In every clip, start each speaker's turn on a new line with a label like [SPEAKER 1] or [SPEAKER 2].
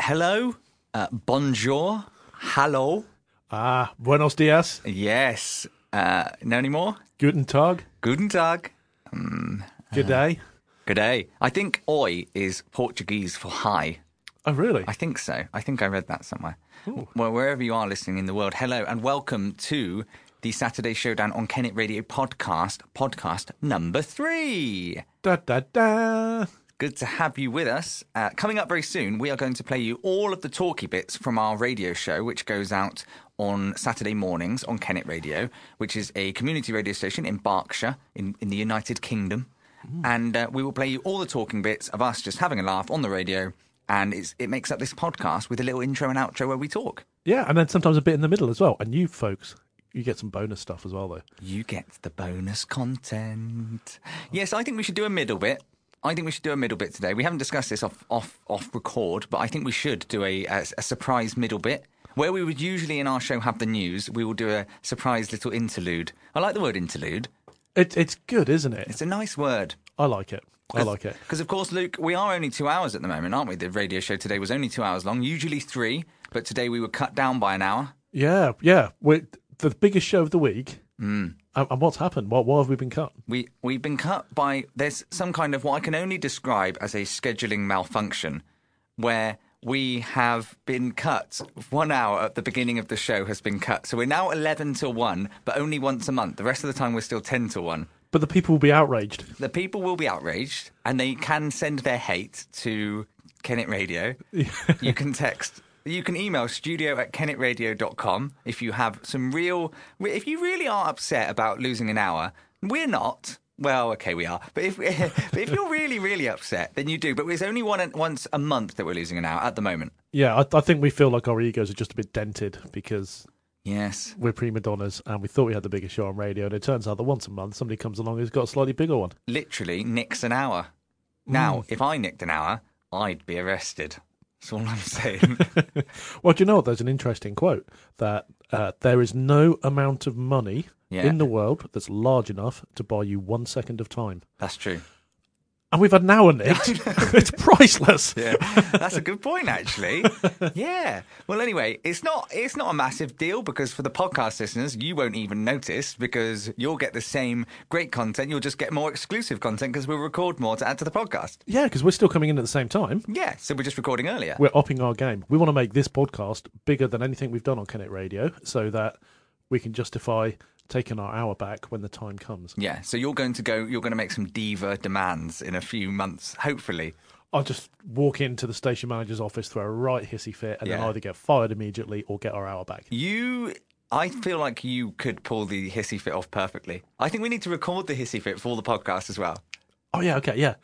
[SPEAKER 1] hello, uh, bonjour, hello.
[SPEAKER 2] Ah, buenos dias,
[SPEAKER 1] Yes. Uh, no anymore?
[SPEAKER 2] guten tag,
[SPEAKER 1] Guten Tag.
[SPEAKER 2] good day.
[SPEAKER 1] Good day. I think oi is Portuguese for hi.
[SPEAKER 2] Oh, really?
[SPEAKER 1] I think so. I think I read that somewhere. Well, wherever you are listening in the world, hello and welcome to the Saturday Showdown on Kennet Radio podcast, podcast number three.
[SPEAKER 2] Da da da.
[SPEAKER 1] Good to have you with us. Uh, coming up very soon, we are going to play you all of the talky bits from our radio show, which goes out on Saturday mornings on Kennet Radio, which is a community radio station in Berkshire, in, in the United Kingdom. And uh, we will play you all the talking bits of us just having a laugh on the radio. And it's, it makes up this podcast with a little intro and outro where we talk.
[SPEAKER 2] Yeah, and then sometimes a bit in the middle as well. And you folks, you get some bonus stuff as well, though.
[SPEAKER 1] You get the bonus content. Yes, I think we should do a middle bit. I think we should do a middle bit today. We haven't discussed this off off off record, but I think we should do a a, a surprise middle bit where we would usually in our show have the news. We will do a surprise little interlude. I like the word interlude.
[SPEAKER 2] It, it's good, isn't it?
[SPEAKER 1] It's a nice word.
[SPEAKER 2] I like it. I like it.
[SPEAKER 1] Because of course, Luke, we are only two hours at the moment, aren't we? The radio show today was only two hours long. Usually three, but today we were cut down by an hour.
[SPEAKER 2] Yeah, yeah. We're the biggest show of the week. And, and what's happened? What, why have we been cut?
[SPEAKER 1] We we've been cut by there's some kind of what I can only describe as a scheduling malfunction, where we have been cut. One hour at the beginning of the show has been cut, so we're now eleven to one, but only once a month. The rest of the time we're still ten to one.
[SPEAKER 2] But the people will be outraged.
[SPEAKER 1] The people will be outraged, and they can send their hate to Kennet Radio. you can text. You can email studio at kennetradio.com if you have some real. If you really are upset about losing an hour, we're not. Well, okay, we are. But if but if you're really, really upset, then you do. But it's only one once a month that we're losing an hour at the moment.
[SPEAKER 2] Yeah, I, I think we feel like our egos are just a bit dented because
[SPEAKER 1] Yes.
[SPEAKER 2] we're prima donnas and we thought we had the biggest show on radio. And it turns out that once a month, somebody comes along who's got a slightly bigger one.
[SPEAKER 1] literally nicks an hour. Now, if I nicked an hour, I'd be arrested. That's all I'm saying.
[SPEAKER 2] Well, do you know what? There's an interesting quote that uh, there is no amount of money
[SPEAKER 1] Yeah.
[SPEAKER 2] in the world that's large enough to buy you one second of time.
[SPEAKER 1] That's true.
[SPEAKER 2] And we've had an hour, Nick. it's priceless.
[SPEAKER 1] Yeah, that's a good point, actually. Yeah. Well, anyway, it's not it's not a massive deal because for the podcast listeners, you won't even notice because you'll get the same great content. You'll just get more exclusive content because we'll record more to add to the podcast.
[SPEAKER 2] Yeah, because we're still coming in at the same time.
[SPEAKER 1] Yeah. So we're just recording earlier.
[SPEAKER 2] We're upping our game. We want to make this podcast bigger than anything we've done on Kennet Radio so that we can justify taking our hour back when the time comes.
[SPEAKER 1] yeah. So you're going to go. You're going to make some diva demands in a few months, hopefully.
[SPEAKER 2] I'll just walk into the station manager's office, throw a right hissy fit, and then
[SPEAKER 1] Yeah.
[SPEAKER 2] either get fired immediately or get our hour back.
[SPEAKER 1] You, I feel like you could pull the hissy fit off perfectly. I think we need to record the hissy fit for the podcast as well.
[SPEAKER 2] Oh yeah, okay, yeah.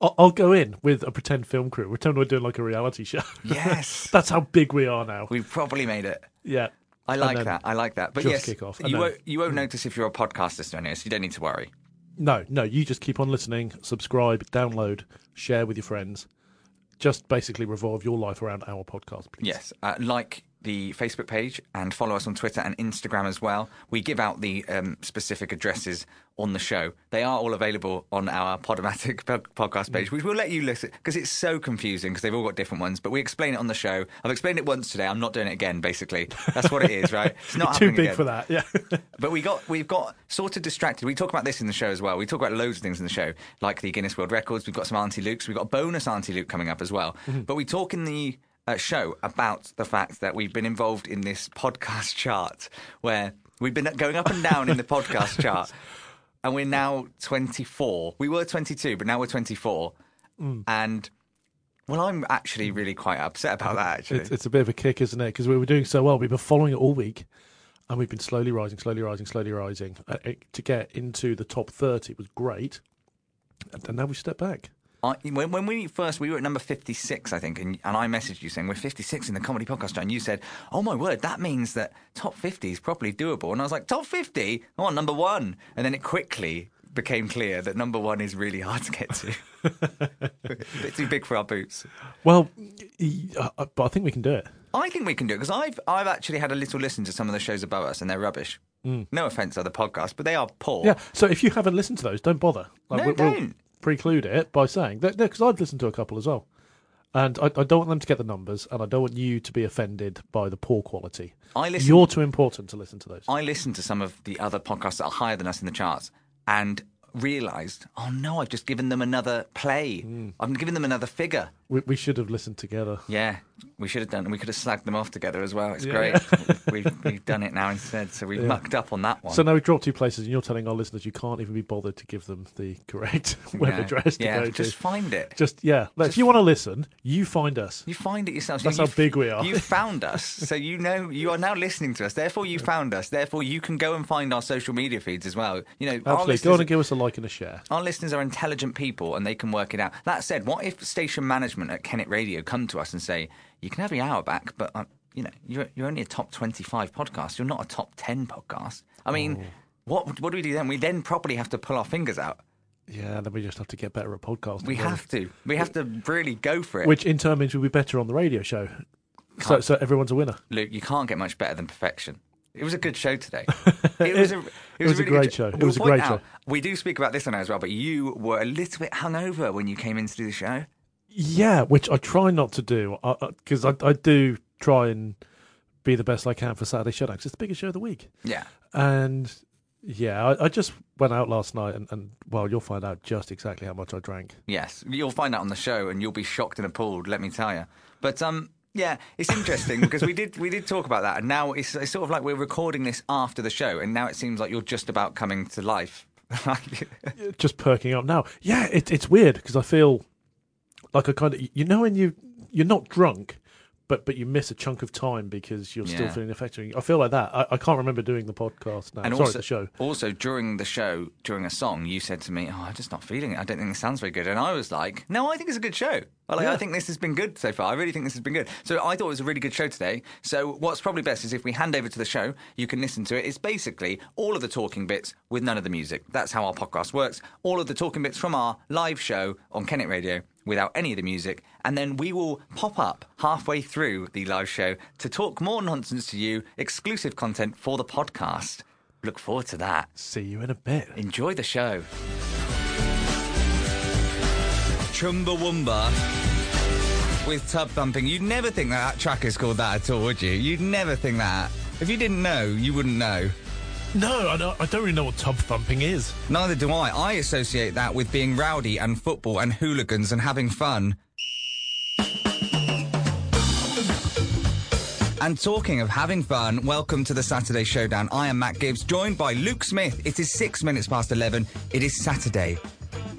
[SPEAKER 2] I'll, I'll go in with a pretend film crew. Pretend we're doing like a reality show.
[SPEAKER 1] Yes,
[SPEAKER 2] That's how big we are now.
[SPEAKER 1] we've probably made it.
[SPEAKER 2] Yeah,
[SPEAKER 1] I like
[SPEAKER 2] then
[SPEAKER 1] that. I like that. But
[SPEAKER 2] just
[SPEAKER 1] yes,
[SPEAKER 2] kick off, and
[SPEAKER 1] you
[SPEAKER 2] then- mm.
[SPEAKER 1] won't you won't notice if you're a podcast listener, anyway, so you don't need to worry.
[SPEAKER 2] no, no. You just keep on listening, subscribe, download, share with your friends. Just basically revolve your life around our podcast, please.
[SPEAKER 1] Yes, uh, like the Facebook page and follow us on Twitter and Instagram as well. We give out the um, specific addresses on the show. They are all available on our Podomatic po- podcast page, which we'll let you listen because it's so confusing because they've all got different ones. But we explain it on the show. I've explained it once today. I'm not doing it again. Basically, that's what it is, right? It's not
[SPEAKER 2] Too
[SPEAKER 1] happening
[SPEAKER 2] big
[SPEAKER 1] again.
[SPEAKER 2] for that. Yeah.
[SPEAKER 1] But we got we've got sort of distracted. We talk about this in the show as well. We talk about loads of things in the show, like the Guinness World Records. We've got some Auntie Luke's. We've got a bonus Auntie Luke coming up as well. But we talk in the uh, show about the fact that we've been involved in this podcast chart where we've been going up and down in the podcast chart, and we're now 24. We were 22, but now we're 24, and. Well, I'm actually really quite upset about that. Actually,
[SPEAKER 2] it's, it's a bit of a kick, isn't it? Because we were doing so well. We've been following it all week, and we've been slowly rising, slowly rising, slowly rising. Uh, it- to get into the top thirty was great, and, and now we step back.
[SPEAKER 1] I, when, when we first we were at number 56 i think and, and i messaged you saying we're 56 in the comedy podcast and you said oh my word that means that top 50 is probably doable and i was like top 50 oh number one and then it quickly became clear that number one is really hard to get to a bit too big for our boots
[SPEAKER 2] Well, y- y- uh, but I think we can do it.
[SPEAKER 1] i think we can do it because i've i've actually had a little listen to some of the shows above us and they're rubbish no offense to other podcasts but they are poor
[SPEAKER 2] Yeah. So if you haven't listened to those, don't bother.
[SPEAKER 1] No,
[SPEAKER 2] we-
[SPEAKER 1] don't.
[SPEAKER 2] preclude it by saying that because I've listened to a couple as well,
[SPEAKER 3] And I, I don't want them to get the numbers, and I don't want you to be offended by the poor quality.
[SPEAKER 1] I listen-
[SPEAKER 3] You're too important to listen to those.
[SPEAKER 1] I listened to some of the other podcasts that are higher than us in the charts and realized, oh no, I've just given them another play.
[SPEAKER 3] Hmm.
[SPEAKER 1] I've given them another figure.
[SPEAKER 3] We, we should have listened together.
[SPEAKER 1] Yeah, we should have done, and we could have slagged them off together as well. It's great. we've, we've done it now instead, so we've mucked up on that one.
[SPEAKER 3] So now we've dropped two places, and you're telling our listeners you can't even be bothered to give them the correct web
[SPEAKER 1] Yeah.
[SPEAKER 3] address to
[SPEAKER 1] yeah,
[SPEAKER 3] go
[SPEAKER 1] just
[SPEAKER 3] to.
[SPEAKER 1] find it.
[SPEAKER 3] Just yeah, look, if you want to listen, you find us.
[SPEAKER 1] You find it yourself.
[SPEAKER 3] That's
[SPEAKER 1] You-
[SPEAKER 3] how big we are.
[SPEAKER 1] You found us, so you know you are now listening to us. Therefore, you found us. Therefore, you can go and find our social media feeds as well. You know, our
[SPEAKER 3] Absolutely,
[SPEAKER 1] listeners,
[SPEAKER 3] go on and give us a like and a share.
[SPEAKER 1] our listeners are intelligent people and they can work it out. That said, what if station management at Kennet Radio come to us and say, "You can have your hour back, but um, you know, you're you're only a top twenty-five podcast. You're not a top ten podcast." I mean,
[SPEAKER 3] Oh.
[SPEAKER 1] what what do we do then? We then probably have to pull our fingers out.
[SPEAKER 3] Yeah, then we just have to get better at podcasting.
[SPEAKER 1] We
[SPEAKER 3] don't
[SPEAKER 1] have to. We have to really go for it.
[SPEAKER 3] which in turn means we'll be better on the radio show. So, so everyone's a winner.
[SPEAKER 1] Luke, you can't get much better than perfection. It was a good show today. It was a, it
[SPEAKER 3] was a
[SPEAKER 1] good
[SPEAKER 3] great show. It was a
[SPEAKER 1] point
[SPEAKER 3] great
[SPEAKER 1] out,
[SPEAKER 3] show.
[SPEAKER 1] We do speak about this one as well, but you were a little bit hungover when you came in to do the show.
[SPEAKER 3] Yeah, which I try not to do because I, I, do try and be the best I can for Saturday Showdown 'cause it's the biggest show of the week.
[SPEAKER 1] Yeah.
[SPEAKER 3] And yeah, I, I just went out last night and, and well, you'll find out just exactly how much I drank.
[SPEAKER 1] Yes, you'll find out on the show, and you'll be shocked and appalled. Let me tell you. But um, yeah, it's interesting because we did we did talk about that, and now it's, it's sort of like we're recording this after the show, and now it seems like you're just about coming to life. Like,
[SPEAKER 3] Just perking up now. Yeah, it, it's weird because I feel like I kind of you know when you you're not drunk. But, but you miss a chunk of time because you're still
[SPEAKER 1] Yeah.
[SPEAKER 3] feeling affected. I feel like that. I, I can't remember doing the podcast now.
[SPEAKER 1] and
[SPEAKER 3] Sorry,
[SPEAKER 1] also,
[SPEAKER 3] the show.
[SPEAKER 1] also during the show, during a song, you said to me, "Oh, I'm just not feeling it. I don't think this sounds very good." And I was like, "No, I think it's a good show. I Like, I
[SPEAKER 3] Yeah.
[SPEAKER 1] think this has been good so far. I really think this has been good." So I thought it was a really good show today. So what's probably best is if we hand over to the show, you can listen to it. It's basically all of the talking bits with none of the music. That's how our podcast works. All of the talking bits from our live show on Kennet Radio without any of the music. And then we will pop up halfway through the live show to talk more nonsense to you, exclusive content for the podcast. Look forward to that.
[SPEAKER 3] See you in a bit.
[SPEAKER 1] Enjoy the show. Chumbawamba with tub thumping. You'd never think that, that track is called that at all, would you? You'd never think that. If you didn't know, you wouldn't know.
[SPEAKER 3] No, I don't, I don't really know what tub thumping is.
[SPEAKER 1] Neither do I. I associate that with being rowdy and football and hooligans and having fun. And talking of having fun, welcome to the Saturday Showdown. I am Matt Gibbs, joined by Luke Smith. It is six minutes past 11. It is Saturday.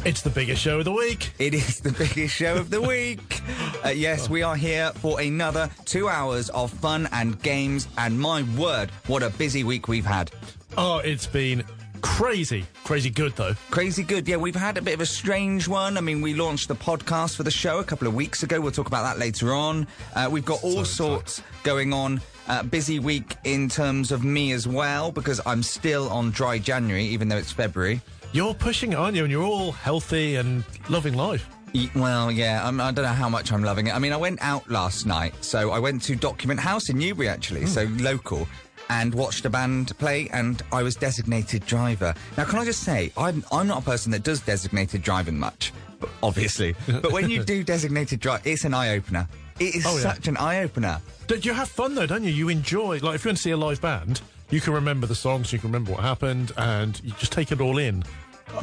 [SPEAKER 3] It's the biggest show of the week.
[SPEAKER 1] It is the biggest show of the week. Uh, yes, we are here for another two hours of fun and games. And my word, what a busy week we've had.
[SPEAKER 2] Oh, it's been crazy. Crazy good, though.
[SPEAKER 1] Crazy good. Yeah, we've had a bit of a strange one. I mean, we launched the podcast for the show a couple of weeks ago. We'll talk about that later on. Uh, we've got all sorts going on. Uh, busy week in terms of me as well, because I'm still on dry January, even though it's February.
[SPEAKER 2] You're pushing, it, aren't you? And you're all healthy and loving life.
[SPEAKER 1] Y- Well, yeah, I'm, I don't know how much I'm loving it. I mean, I went out last night, so I went to Document House in Newbury, actually, so local, and watched a band play, and I was designated driver. Now, can I just say, I'm, I'm not a person that does designated driving much, b- obviously, but when you do designated drive, it's an eye opener. It is
[SPEAKER 2] yeah.
[SPEAKER 1] such an eye opener.
[SPEAKER 2] Don't you have fun, though, don't you? You enjoy. Like, if you want to see a live band, you can remember the songs, you can remember what happened, and you just take it all in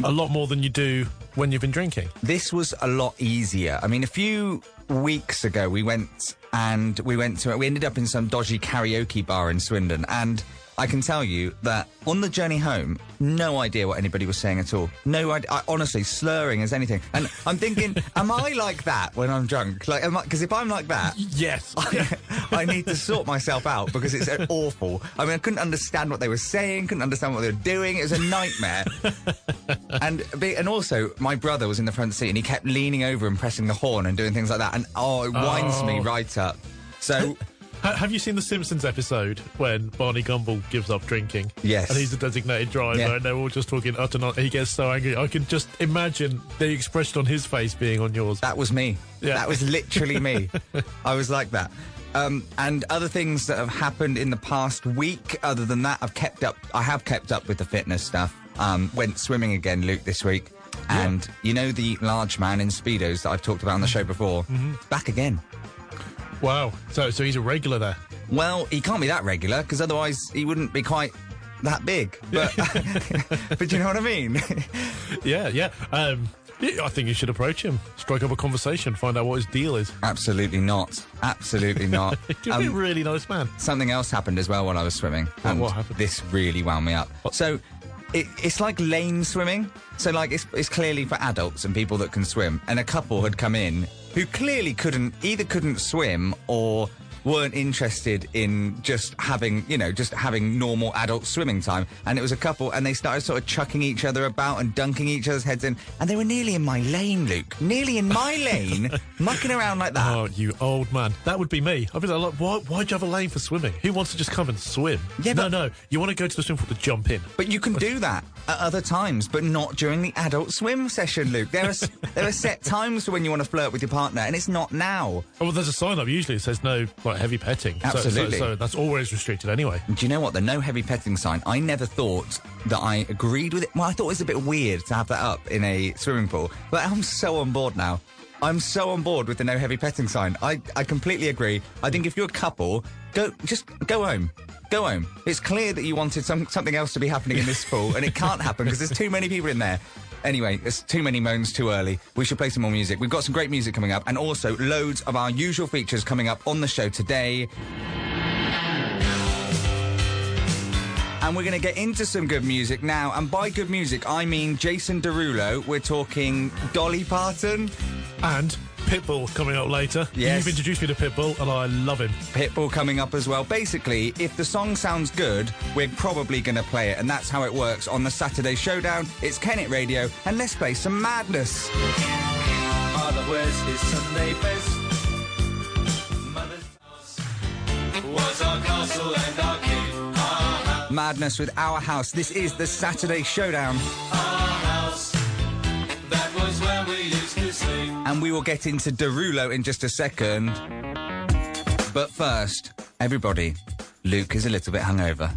[SPEAKER 2] a lot more than you do when you've been drinking.
[SPEAKER 1] this was a lot easier. I mean, a few weeks ago, we went and we went to we ended up in some dodgy karaoke bar in Swindon, and I can tell you that on the journey home, no idea what anybody was saying at all. No, I, I honestly slurring as anything, and I'm thinking, am I like that when I'm drunk? Like, am I? Because if I'm like that,
[SPEAKER 2] Yes.
[SPEAKER 1] I need to sort myself out because it's uh, awful. I mean, I couldn't understand what they were saying, couldn't understand what they were doing. It was a nightmare. and be- and also, my brother was in the front seat and he kept leaning over and pressing the horn and doing things like that. And oh, it winds me
[SPEAKER 2] Oh.
[SPEAKER 1] right up. So
[SPEAKER 2] Ha- have you seen the Simpsons episode when Barney Gumble gives up drinking?
[SPEAKER 1] Yes.
[SPEAKER 2] And he's a designated driver,
[SPEAKER 1] Yeah.
[SPEAKER 2] and they're all just talking utter nonsense. He gets so angry. I can just imagine the expression on his face being on yours.
[SPEAKER 1] That was me.
[SPEAKER 2] Yeah.
[SPEAKER 1] That was literally me. I was like that. Um, and other things that have happened in the past week, other than that, I've kept up. I have kept up with the fitness stuff. Um, went swimming again, Luke, this week. And you know the large man in Speedos that I've talked about on the show before? Back again.
[SPEAKER 2] Wow. So so he's a regular there.
[SPEAKER 1] Well, he can't be that regular because otherwise he wouldn't be quite that big. But, but you know what I mean?
[SPEAKER 2] Yeah, yeah. Um, yeah, I think you should approach him, strike up a conversation, find out what his deal is.
[SPEAKER 1] Absolutely not. Absolutely not.
[SPEAKER 2] He's
[SPEAKER 1] Um,
[SPEAKER 2] a really nice man.
[SPEAKER 1] something else happened as well while I was swimming. And
[SPEAKER 2] Oh, what happened?
[SPEAKER 1] This really wound me up. So it, it's like lane swimming. So like it's, it's clearly for adults and people that can swim. And a couple had come in who clearly couldn't either couldn't swim or weren't interested in just having you know just having normal adult swimming time and it was a couple and they started sort of chucking each other about and dunking each other's heads in and they were nearly in my lane luke nearly in my lane mucking around like that
[SPEAKER 2] Oh, you old man. That would be me. I'd be like, why, why do you have a lane for swimming? Who wants to just come and swim?
[SPEAKER 1] Yeah,
[SPEAKER 2] no,
[SPEAKER 1] but-
[SPEAKER 2] no. You want to go to the swimming pool to jump in.
[SPEAKER 1] But you can do that at other times, but not during the adult swim session, Luke. There are s- there are set times for when you want to flirt with your partner, and it's not now.
[SPEAKER 2] Oh, well, there's a sign up usually that says no like heavy petting. So- so-
[SPEAKER 1] Absolutely.
[SPEAKER 2] so that's always restricted anyway.
[SPEAKER 1] And do you know what? The no heavy petting sign. I never thought that I agreed with it. Well, I thought it was a bit weird to have that up in a swimming pool, but I'm so on board now. I'm so on board with the no heavy petting sign. I, I completely agree. I think if you're a couple, go just go home. Go home. It's clear that you wanted some, something else to be happening in this pool, and it can't happen because there's too many people in there. Anyway, it's too many moans too early. We should play some more music. We've got some great music coming up, and also loads of our usual features coming up on the show today. And we're going to get into some good music now. And by good music, I mean Jason Derulo. We're talking Dolly Parton.
[SPEAKER 2] And Pitbull coming up later.
[SPEAKER 1] Yes.
[SPEAKER 2] You've introduced me to Pitbull, and I love him.
[SPEAKER 1] Pitbull coming up as well. Basically, if the song sounds good, we're probably going to play it. And that's how it works on the Saturday Showdown. It's Kennet Radio, and let's play some madness.
[SPEAKER 4] Mother, where's his Sunday best? Mother's house was our castle and our king. Our house,
[SPEAKER 1] Madness with Our House. This is the Saturday Showdown.
[SPEAKER 4] our house. That was where we used to sleep.
[SPEAKER 1] And we will get into Derulo in just a second. But first, everybody, Luke is a little bit hungover.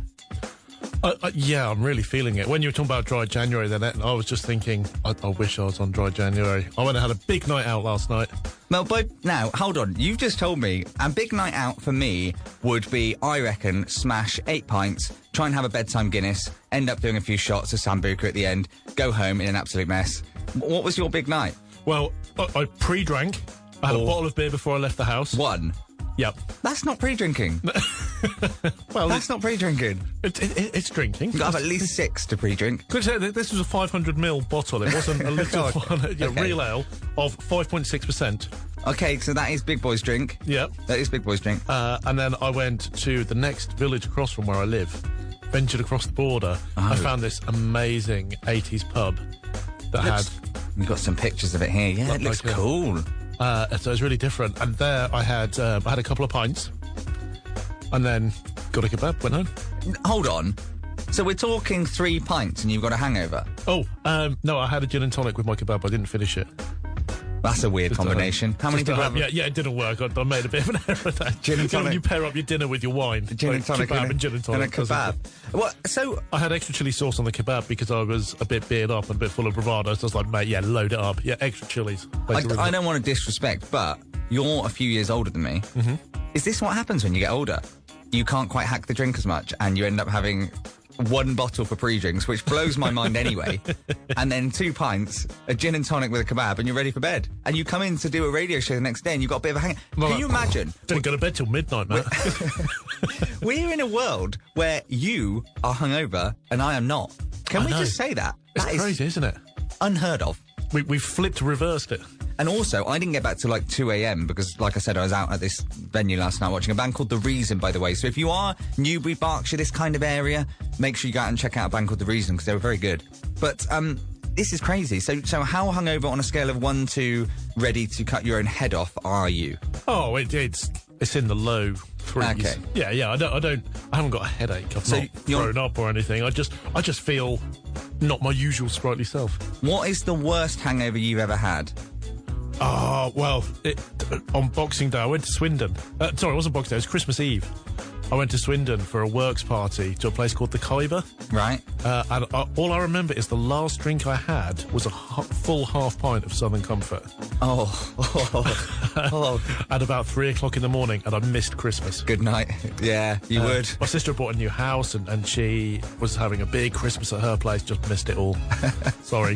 [SPEAKER 2] I, I, yeah, I'm really feeling it. When you were talking about dry January, then I was just thinking, I, I wish I was on dry January. I went and had a big night out last night.
[SPEAKER 1] Well, but now, hold on. You've just told me a big night out for me would be, I reckon, smash eight pints, try and have a bedtime Guinness, end up doing a few shots of Sambuca at the end, go home in an absolute mess. W- What was your big night?
[SPEAKER 2] Well, I, I pre-drank. I had
[SPEAKER 1] Oh.
[SPEAKER 2] a bottle of beer before I left the house.
[SPEAKER 1] One.
[SPEAKER 2] Yep.
[SPEAKER 1] That's not pre drinking.
[SPEAKER 2] Well,
[SPEAKER 1] That's not pre drinking.
[SPEAKER 2] it, it, it, it's drinking.
[SPEAKER 1] You've got to have at least six to pre drink.
[SPEAKER 2] Could say that this was a 500 ml bottle. It wasn't a little
[SPEAKER 1] Oh,
[SPEAKER 2] one. Yeah,
[SPEAKER 1] okay.
[SPEAKER 2] real ale of 5.6 percent.
[SPEAKER 1] Okay, so that is Big Boy's drink.
[SPEAKER 2] Yep.
[SPEAKER 1] That is Big Boy's drink.
[SPEAKER 2] Uh, and then I went to the next village across from where I live, ventured across the border.
[SPEAKER 1] Oh.
[SPEAKER 2] I found this amazing 80s pub that had.
[SPEAKER 1] We've got some pictures of it here. Yeah, it looks
[SPEAKER 2] like a-
[SPEAKER 1] cool.
[SPEAKER 2] Uh, so it was really different. And there I had uh, I had a couple of pints, and then got a kebab, went home.
[SPEAKER 1] N- Hold on. So we're talking three pints and you've got a hangover.
[SPEAKER 2] Oh, um, no, I had a gin and tonic with my kebab. I didn't finish it.
[SPEAKER 1] That's a weird combination. How many
[SPEAKER 2] Just
[SPEAKER 1] people
[SPEAKER 2] to
[SPEAKER 1] have
[SPEAKER 2] have- yeah, yeah, it didn't work. I, I made a bit of an error there.
[SPEAKER 1] Gin and
[SPEAKER 2] You know when
[SPEAKER 1] tonic.
[SPEAKER 2] You pair up your dinner with your wine.
[SPEAKER 1] gin
[SPEAKER 2] like
[SPEAKER 1] and tonic
[SPEAKER 2] Kebab and gin and tonic.
[SPEAKER 1] a
[SPEAKER 2] doesn't
[SPEAKER 1] kebab.
[SPEAKER 2] it?
[SPEAKER 1] What? So
[SPEAKER 2] I had extra chili sauce on the kebab because I was a bit beard up and a bit full of bravado. So I was like, mate, yeah, load it up. Yeah, extra chilies.
[SPEAKER 1] I, I don't want to disrespect, but you're a few years older than me. Mm-hmm. Is this what happens when you get older? You can't quite hack the drink as much, and you end up having one bottle for pre-drinks, which blows my mind anyway. And then two pints, a gin and tonic with a kebab, and you're ready for bed. And you come in to do a radio show the next day, and you've got a bit of a hang. Can
[SPEAKER 2] like,
[SPEAKER 1] you imagine?
[SPEAKER 2] Didn't go to bed till midnight, mate.
[SPEAKER 1] We're in a world where you are hungover and I am not. Can
[SPEAKER 2] I
[SPEAKER 1] we
[SPEAKER 2] know.
[SPEAKER 1] just say that?
[SPEAKER 2] It's
[SPEAKER 1] That is
[SPEAKER 2] crazy, isn't it?
[SPEAKER 1] unheard of.
[SPEAKER 2] We, we flipped, reversed it.
[SPEAKER 1] And also, I didn't get back to like 2 a.m. because, like I said, I was out at this venue last night watching a band called The Reason, by the way. So if you are Newbury, Berkshire, this kind of area, make sure you go out and check out a band called The Reason because they were very good. But um, this is crazy. So, so how hungover on a scale of one to ready to cut your own head off are you?
[SPEAKER 2] Oh, it, it's it's in the low threes.
[SPEAKER 1] Okay.
[SPEAKER 2] Yeah, yeah. I don't. I don't. I haven't got a headache. I've
[SPEAKER 1] So
[SPEAKER 2] not
[SPEAKER 1] you're-
[SPEAKER 2] thrown up or anything. I just. I just feel not my usual sprightly self.
[SPEAKER 1] What is the worst hangover you've ever had?
[SPEAKER 2] Oh, well, it, on Boxing Day, I went to Swindon. Uh, sorry, it wasn't Boxing Day, it was Christmas Eve. I went to Swindon for a works party to a place called the Khyber.
[SPEAKER 1] Right.
[SPEAKER 2] Uh, and I, all I remember is the last drink I had was a ho- full half pint of Southern Comfort
[SPEAKER 1] Oh. oh.
[SPEAKER 2] at about three o'clock in the morning, and I missed Christmas.
[SPEAKER 1] Good night. Yeah, you would.
[SPEAKER 2] My sister bought a new house, and, and she was having a big Christmas at her place. Just missed it all. Sorry.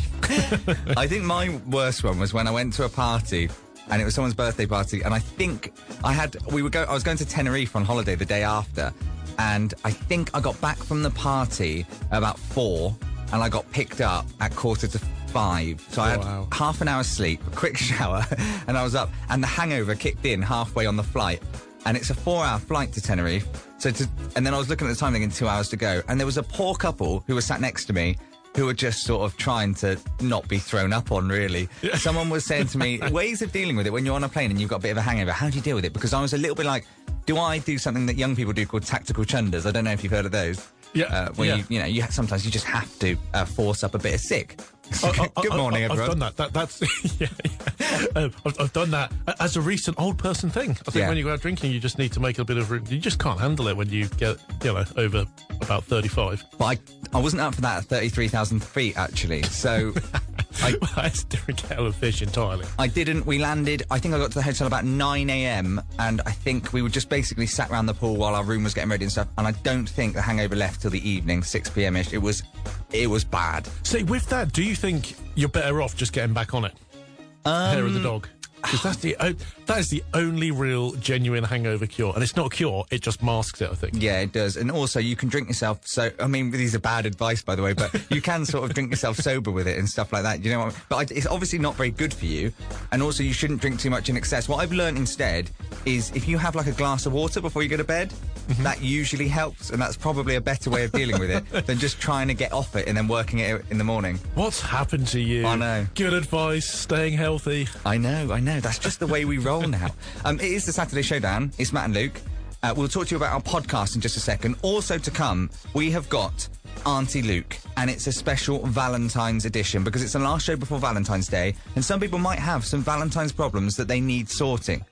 [SPEAKER 1] I think my worst one was when I went to a party and it was someone's birthday party and I think I had we were go I was going to Tenerife on holiday the day after and I think I got back from the party about 4 and I got picked up at quarter to 5 so I had
[SPEAKER 2] Wow.
[SPEAKER 1] half an hour's sleep a quick shower and I was up and the hangover kicked in halfway on the flight and it's a 4 hour flight to Tenerife so to, and then I was looking at the time thinking 2 hours to go and there was a poor couple who were sat next to me who were just sort of trying to not be thrown up on, really. Someone was saying to me, ways of dealing with it when you're on a plane and you've got a bit of a hangover, how do you deal with it? Because I was a little bit like, do I do something that young people do called tactical chundas? I don't know if you've heard of those.
[SPEAKER 2] Yeah,
[SPEAKER 1] Uh, where
[SPEAKER 2] yeah.
[SPEAKER 1] You, you know, you, sometimes you just have to uh, force up a bit of sick.
[SPEAKER 2] I- I-
[SPEAKER 1] Good
[SPEAKER 2] I-
[SPEAKER 1] morning,
[SPEAKER 2] I- I've
[SPEAKER 1] everyone.
[SPEAKER 2] done that. that that's yeah. yeah. Um, I've, I've done that a- as a recent old person thing. I think
[SPEAKER 1] Yeah.
[SPEAKER 2] when you go out drinking, you just need to make a bit of room. You just can't handle it when you get you know over about thirty-five.
[SPEAKER 1] But I, I wasn't up for that at 33,000 feet, actually. So I,
[SPEAKER 2] That's a different kettle of fish entirely.
[SPEAKER 1] I didn't. We landed. I think I got to the hotel about 9 a.m. and I think we were just basically sat around the pool while our room was getting ready and stuff. And I don't think the hangover left till the evening, 6 p.m. ish. It was, it was bad.
[SPEAKER 2] See, with that, do you think you're better off just getting back on it? Hair
[SPEAKER 1] Um,
[SPEAKER 2] of the dog. Because that's the o- that is the only real genuine hangover cure, and it's not a cure; it just masks it. I think.
[SPEAKER 1] Yeah, it does. And also, you can drink yourself. So, I mean, these are bad advice, by the way, but you can sort of drink yourself sober with it and stuff like that. You know what? I mean? But I, it's obviously not very good for you. And also, you shouldn't drink too much in excess. What I've learned instead is if you have like a glass of water before you go to bed, that usually helps. And that's probably a better way of dealing with it than just trying to get off it and then working it in the morning.
[SPEAKER 2] What's happened to you?
[SPEAKER 1] I know.
[SPEAKER 2] Good advice, staying healthy.
[SPEAKER 1] I know, I know. That's just the way we roll now. Um, it is the Saturday Showdown. It's Matt and Luke. Uh, we'll talk to you about our podcast in just a second. Also to come, we have got Auntie Luke, and it's a special Valentine's edition because it's the last show before Valentine's Day, and some people might have some Valentine's problems that they need sorting.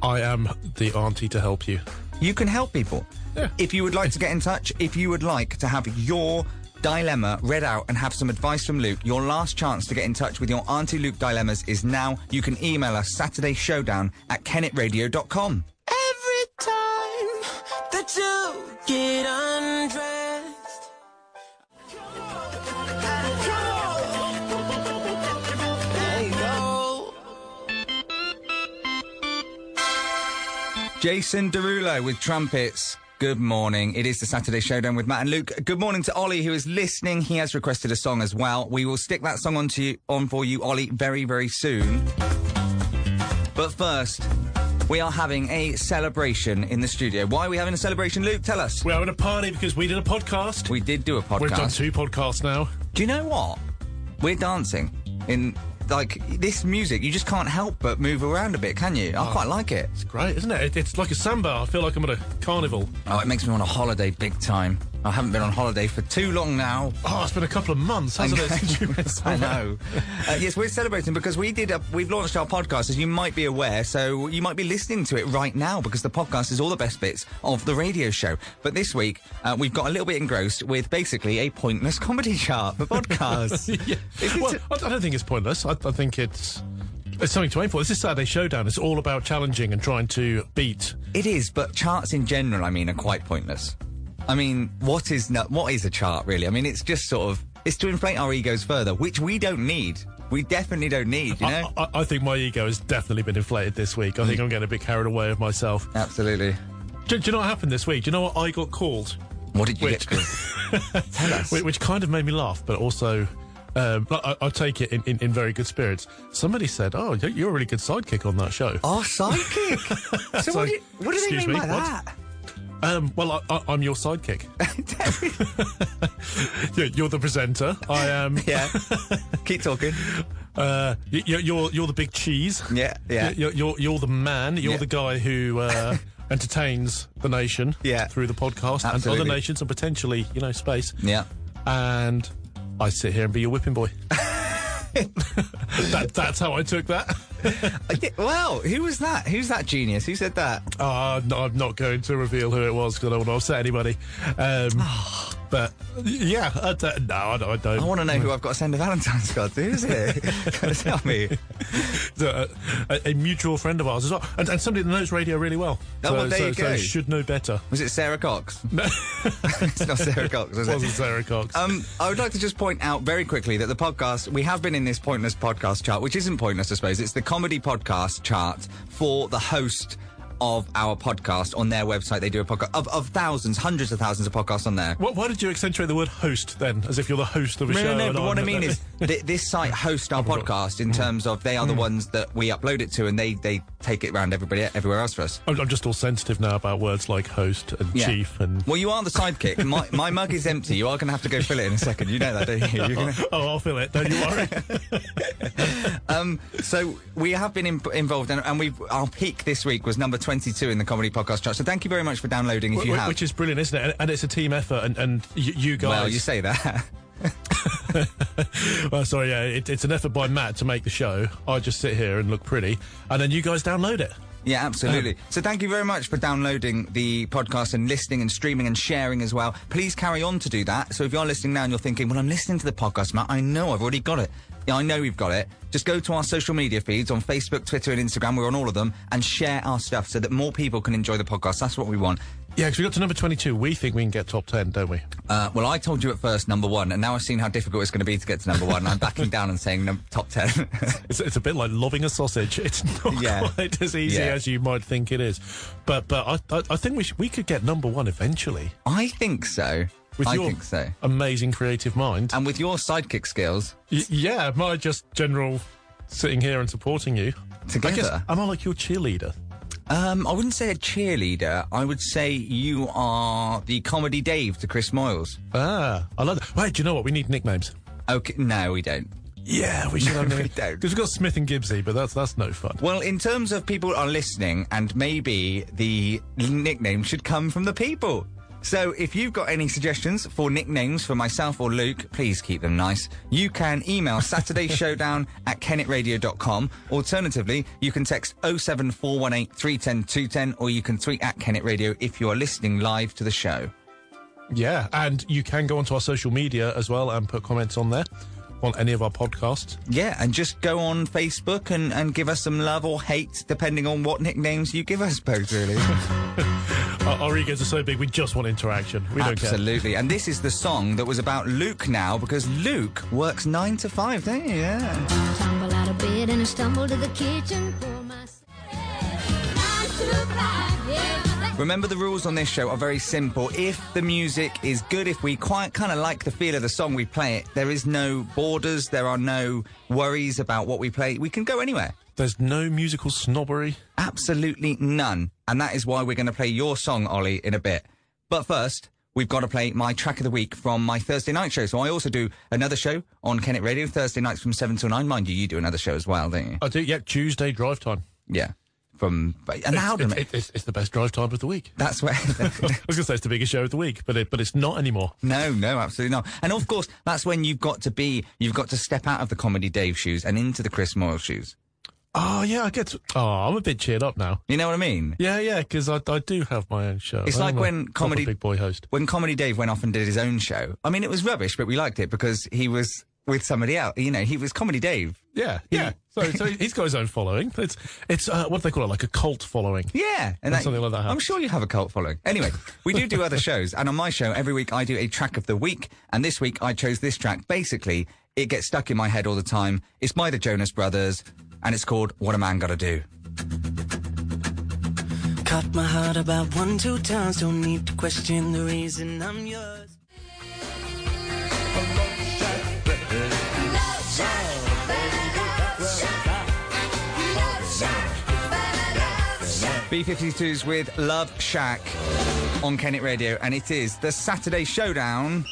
[SPEAKER 2] I am the auntie to help you.
[SPEAKER 1] you can help people.
[SPEAKER 2] Yeah.
[SPEAKER 1] If you would like to get in touch, if you would like to have your dilemma read out and have some advice from Luke, your last chance to get in touch with your Auntie Luke dilemmas is now. You can email us Saturday Showdown at kennetradio.com.
[SPEAKER 5] Every time that you get undressed. Hey, yo.
[SPEAKER 1] Jason Derulo with trumpets. Good morning. It is the Saturday Showdown with Matt and Luke. Good morning to Ollie, who is listening. He has requested a song as well. We will stick that song on to you, on for you, Ollie, very, very soon. But first, we are having a celebration in the studio. Why are we having a celebration, Luke? Tell us.
[SPEAKER 2] We're having a party because we did a podcast.
[SPEAKER 1] We did do a podcast.
[SPEAKER 2] We've done two podcasts now.
[SPEAKER 1] Do you know what? We're dancing in like this music. You just can't help but move around a bit, can you?
[SPEAKER 2] Oh.
[SPEAKER 1] I quite like it.
[SPEAKER 2] It's great, isn't it? it? It's like a samba. I feel like I'm at a carnival.
[SPEAKER 1] Oh, it makes me on a holiday big time. I haven't been on holiday for too long now.
[SPEAKER 2] Oh, it's been a couple of months, hasn't it? Since you went
[SPEAKER 1] I
[SPEAKER 2] somewhere?
[SPEAKER 1] know. Uh, yes, we're celebrating because we did. A, we've launched our podcast, as you might be aware. So you might be listening to it right now because the podcast is all the best bits of the radio show. But this week uh, we've got a little bit engrossed with basically a pointless comedy chart for podcasts.
[SPEAKER 2] yeah.
[SPEAKER 1] Is it-
[SPEAKER 2] Well, I I don't think it's pointless. I, I think it's it's something to aim for. This is Saturday Showdown. It's all about challenging and trying to beat.
[SPEAKER 1] It is, but charts in general, I mean, are quite pointless. I mean, what is no, what is a chart really? I mean, it's just sort of it's to inflate our egos further, which we don't need. We definitely don't need. You know. Mm.
[SPEAKER 2] I, I, I think my ego has definitely been inflated this week. I think I'm getting a bit carried away of myself.
[SPEAKER 1] Absolutely.
[SPEAKER 2] Do, do you know what happened this week? Do you know what I got called?
[SPEAKER 1] What did you
[SPEAKER 2] Which-
[SPEAKER 1] get? Tell us.
[SPEAKER 2] Whi- Which kind of made me laugh, but also. Um, I, I- I take it in, in, in very good spirits. Somebody said, "Oh, you're- you're a really good sidekick on that show."
[SPEAKER 1] Our psychic. so what
[SPEAKER 2] Sorry.
[SPEAKER 1] do, you- what do they
[SPEAKER 2] Excuse
[SPEAKER 1] mean
[SPEAKER 2] me,
[SPEAKER 1] by
[SPEAKER 2] what?
[SPEAKER 1] that?
[SPEAKER 2] Um, well, I, I, I'm your sidekick. You're- you're the presenter. I am.
[SPEAKER 1] Yeah. Keep talking.
[SPEAKER 2] Uh, y- you're, you're you're the big cheese.
[SPEAKER 1] Yeah, yeah.
[SPEAKER 2] Y- You're you're, you're the man. You're
[SPEAKER 1] Yeah.
[SPEAKER 2] the guy who uh, entertains the nation.
[SPEAKER 1] Yeah.
[SPEAKER 2] through the podcast
[SPEAKER 1] Absolutely.
[SPEAKER 2] and other nations and potentially you know space.
[SPEAKER 1] Yeah.
[SPEAKER 2] And I sit here and be your whipping boy. that, that's how I took that.
[SPEAKER 1] Uh, Yeah, well, who was that? Who's that genius? Who said that?
[SPEAKER 2] Uh, no, I'm not going to reveal who it was because I don't want to upset anybody. Um, but yeah, I don't, no, I don't. I don't.
[SPEAKER 1] Ah. I want to know who I've got to send a Valentine's card to. Who's it? Tell me.
[SPEAKER 2] a, uh, a- a mutual friend of ours as well, and, and somebody that knows radio really well.
[SPEAKER 1] Oh, well, there you
[SPEAKER 2] so
[SPEAKER 1] go.
[SPEAKER 2] should know better.
[SPEAKER 1] Was it Sarah Cox?
[SPEAKER 2] No,
[SPEAKER 1] it's not Sarah Cox, was it?
[SPEAKER 2] wasn't Sarah Cox.
[SPEAKER 1] Um, I would like to just point out very quickly that the podcast, we have been in this pointless podcast chart, which isn't pointless, I suppose. It's the comedy podcast chart for the host of our podcast on their website. They do a podcast of, of thousands, hundreds of thousands of podcasts on there.
[SPEAKER 2] Why- why did you accentuate the word host then, as if you're the host of a
[SPEAKER 1] No,
[SPEAKER 2] show?
[SPEAKER 1] no, no,
[SPEAKER 2] and
[SPEAKER 1] but what I
[SPEAKER 2] I'm-
[SPEAKER 1] mean is th- this site hosts our podcast in terms of they are the
[SPEAKER 2] Mm.
[SPEAKER 1] ones that we upload it to and they, they take it around everybody everywhere else for us.
[SPEAKER 2] I'm, I'm just all sensitive now about words like host and
[SPEAKER 1] Yeah.
[SPEAKER 2] chief and.
[SPEAKER 1] Well, you are the sidekick. my, my mug is empty. You are going to have to go fill it in a second. You know that, don't you? You're gonna...
[SPEAKER 2] Oh, I'll feel it. Don't you worry.
[SPEAKER 1] Um, so we have been in, involved, and, and we've our peak this week was number twenty-two in the comedy podcast chart. So thank you very much for downloading. If you
[SPEAKER 2] Wh-
[SPEAKER 1] have,
[SPEAKER 2] Which is brilliant, isn't it? And, and it's a team effort, and, and y- you guys.
[SPEAKER 1] well, you say that.
[SPEAKER 2] Well, sorry, yeah, it, it's an effort by Matt to make the show. I just sit here and look pretty, and then you guys download it.
[SPEAKER 1] yeah, absolutely.
[SPEAKER 2] Oh.
[SPEAKER 1] So thank you very much for downloading the podcast and listening and streaming and sharing as well. Please carry on to do that. So if you're listening now and you're thinking, well, I'm listening to the podcast, Matt, I know I've already got it. Yeah, I know we've got it. Just go to our social media feeds on Facebook, Twitter, and Instagram. We're on all of them and share our stuff so that more people can enjoy the podcast. That's what we want.
[SPEAKER 2] Yeah, because we got to number 22. We think we can get top 10, don't we?
[SPEAKER 1] Uh, well, I told you at first number one, and now I've seen how difficult it's going to be to get to number one. and I'm backing down and saying num- top ten.
[SPEAKER 2] It's, it's a bit like lobbing a sausage. It's not
[SPEAKER 1] Yeah.
[SPEAKER 2] quite as easy
[SPEAKER 1] Yeah.
[SPEAKER 2] as you might think it is. But but I, I, I think we, should, we could get number one eventually.
[SPEAKER 1] I think so.
[SPEAKER 2] With
[SPEAKER 1] I
[SPEAKER 2] your
[SPEAKER 1] think so.
[SPEAKER 2] amazing creative mind.
[SPEAKER 1] And with your sidekick skills,
[SPEAKER 2] Y- yeah, my just general sitting here and supporting you. I guess,
[SPEAKER 1] Together?
[SPEAKER 2] am I like your cheerleader?
[SPEAKER 1] um, I wouldn't say a cheerleader. I would say you are the comedy Dave to Chris Moyles.
[SPEAKER 2] Ah, I love that. Wait, do you know what? We need nicknames.
[SPEAKER 1] Okay, no, we don't.
[SPEAKER 2] Yeah, we should have
[SPEAKER 1] we
[SPEAKER 2] Because
[SPEAKER 1] don't.
[SPEAKER 2] we've got Smith and Gibbsy, but that's that's no fun.
[SPEAKER 1] Well, in terms of people are listening, and maybe the nickname should come from the people. So if you've got any suggestions for nicknames for myself or Luke, please keep them nice. You can email Saturday Showdown at kennetradio.com. Alternatively, you can text 07418 310 210 or you can tweet at Kennet Radio if you are listening live to the show.
[SPEAKER 2] Yeah, and you can go onto our social media as well and put comments on there on any of our podcasts.
[SPEAKER 1] Yeah, and just go on Facebook and, and give us some love or hate, depending on what nicknames you give us both, really.
[SPEAKER 2] Our, our egos are so big, we just want interaction. We don't care.
[SPEAKER 1] Absolutely. And this is the song that was about Luke now because Luke works nine to five, don't you? Yeah.
[SPEAKER 6] Tumble out of bed and I stumble to the kitchen for myself.
[SPEAKER 1] Remember, the rules on this show are very simple. If the music is good, if we quite kind of like the feel of the song, we play it. There is no borders, there are no worries about what we play. We can go anywhere.
[SPEAKER 2] There's no musical snobbery.
[SPEAKER 1] Absolutely none. And that is why we're going to play your song, Ollie, in a bit. But first, we've got to play my track of the week from my Thursday night show. So I also do another show on Kennet Radio, Thursday nights from 7 till 9. Mind you, you do another show as well, don't you?
[SPEAKER 2] I do. Yeah, Tuesday drive time.
[SPEAKER 1] Yeah. From but- an hour
[SPEAKER 2] It's, it's, it's, it's the best drive time of the week.
[SPEAKER 1] That's where.
[SPEAKER 2] I was going to say it's the biggest show of the week, but it, but it's not anymore.
[SPEAKER 1] no, no, absolutely not. And of course, that's when you've got to be, you've got to step out of the comedy Dave shoes and into the Chris Moyle shoes.
[SPEAKER 2] Oh yeah, I get. To, oh, I'm a bit cheered up now.
[SPEAKER 1] You know what I mean?
[SPEAKER 2] Yeah, yeah, because I, I do have my own show.
[SPEAKER 1] It's
[SPEAKER 2] I'm
[SPEAKER 1] like
[SPEAKER 2] a
[SPEAKER 1] when
[SPEAKER 2] proper
[SPEAKER 1] comedy-
[SPEAKER 2] big boy host.
[SPEAKER 1] When comedy Dave went off and did his own show, I mean, it was rubbish, but we liked it because he was with somebody else. You know, he was comedy Dave.
[SPEAKER 2] Yeah, yeah. so so he's got his own following. It's it's uh, what do they call it? Like a cult following.
[SPEAKER 1] Yeah, and
[SPEAKER 2] something like that
[SPEAKER 1] I'm
[SPEAKER 2] happens.
[SPEAKER 1] sure you have a cult following. Anyway, we do do other shows, and on my show every week I do a track of the week, and this week I chose this track. Basically, it gets stuck in my head all the time. It's by the Jonas Brothers, and it's called "What a Man Gotta Do."
[SPEAKER 5] Cut my heart about one, two times. Don't need to question the reason I'm yours.
[SPEAKER 1] B52s with Love Shack on Kennet Radio, and it is the Saturday Showdown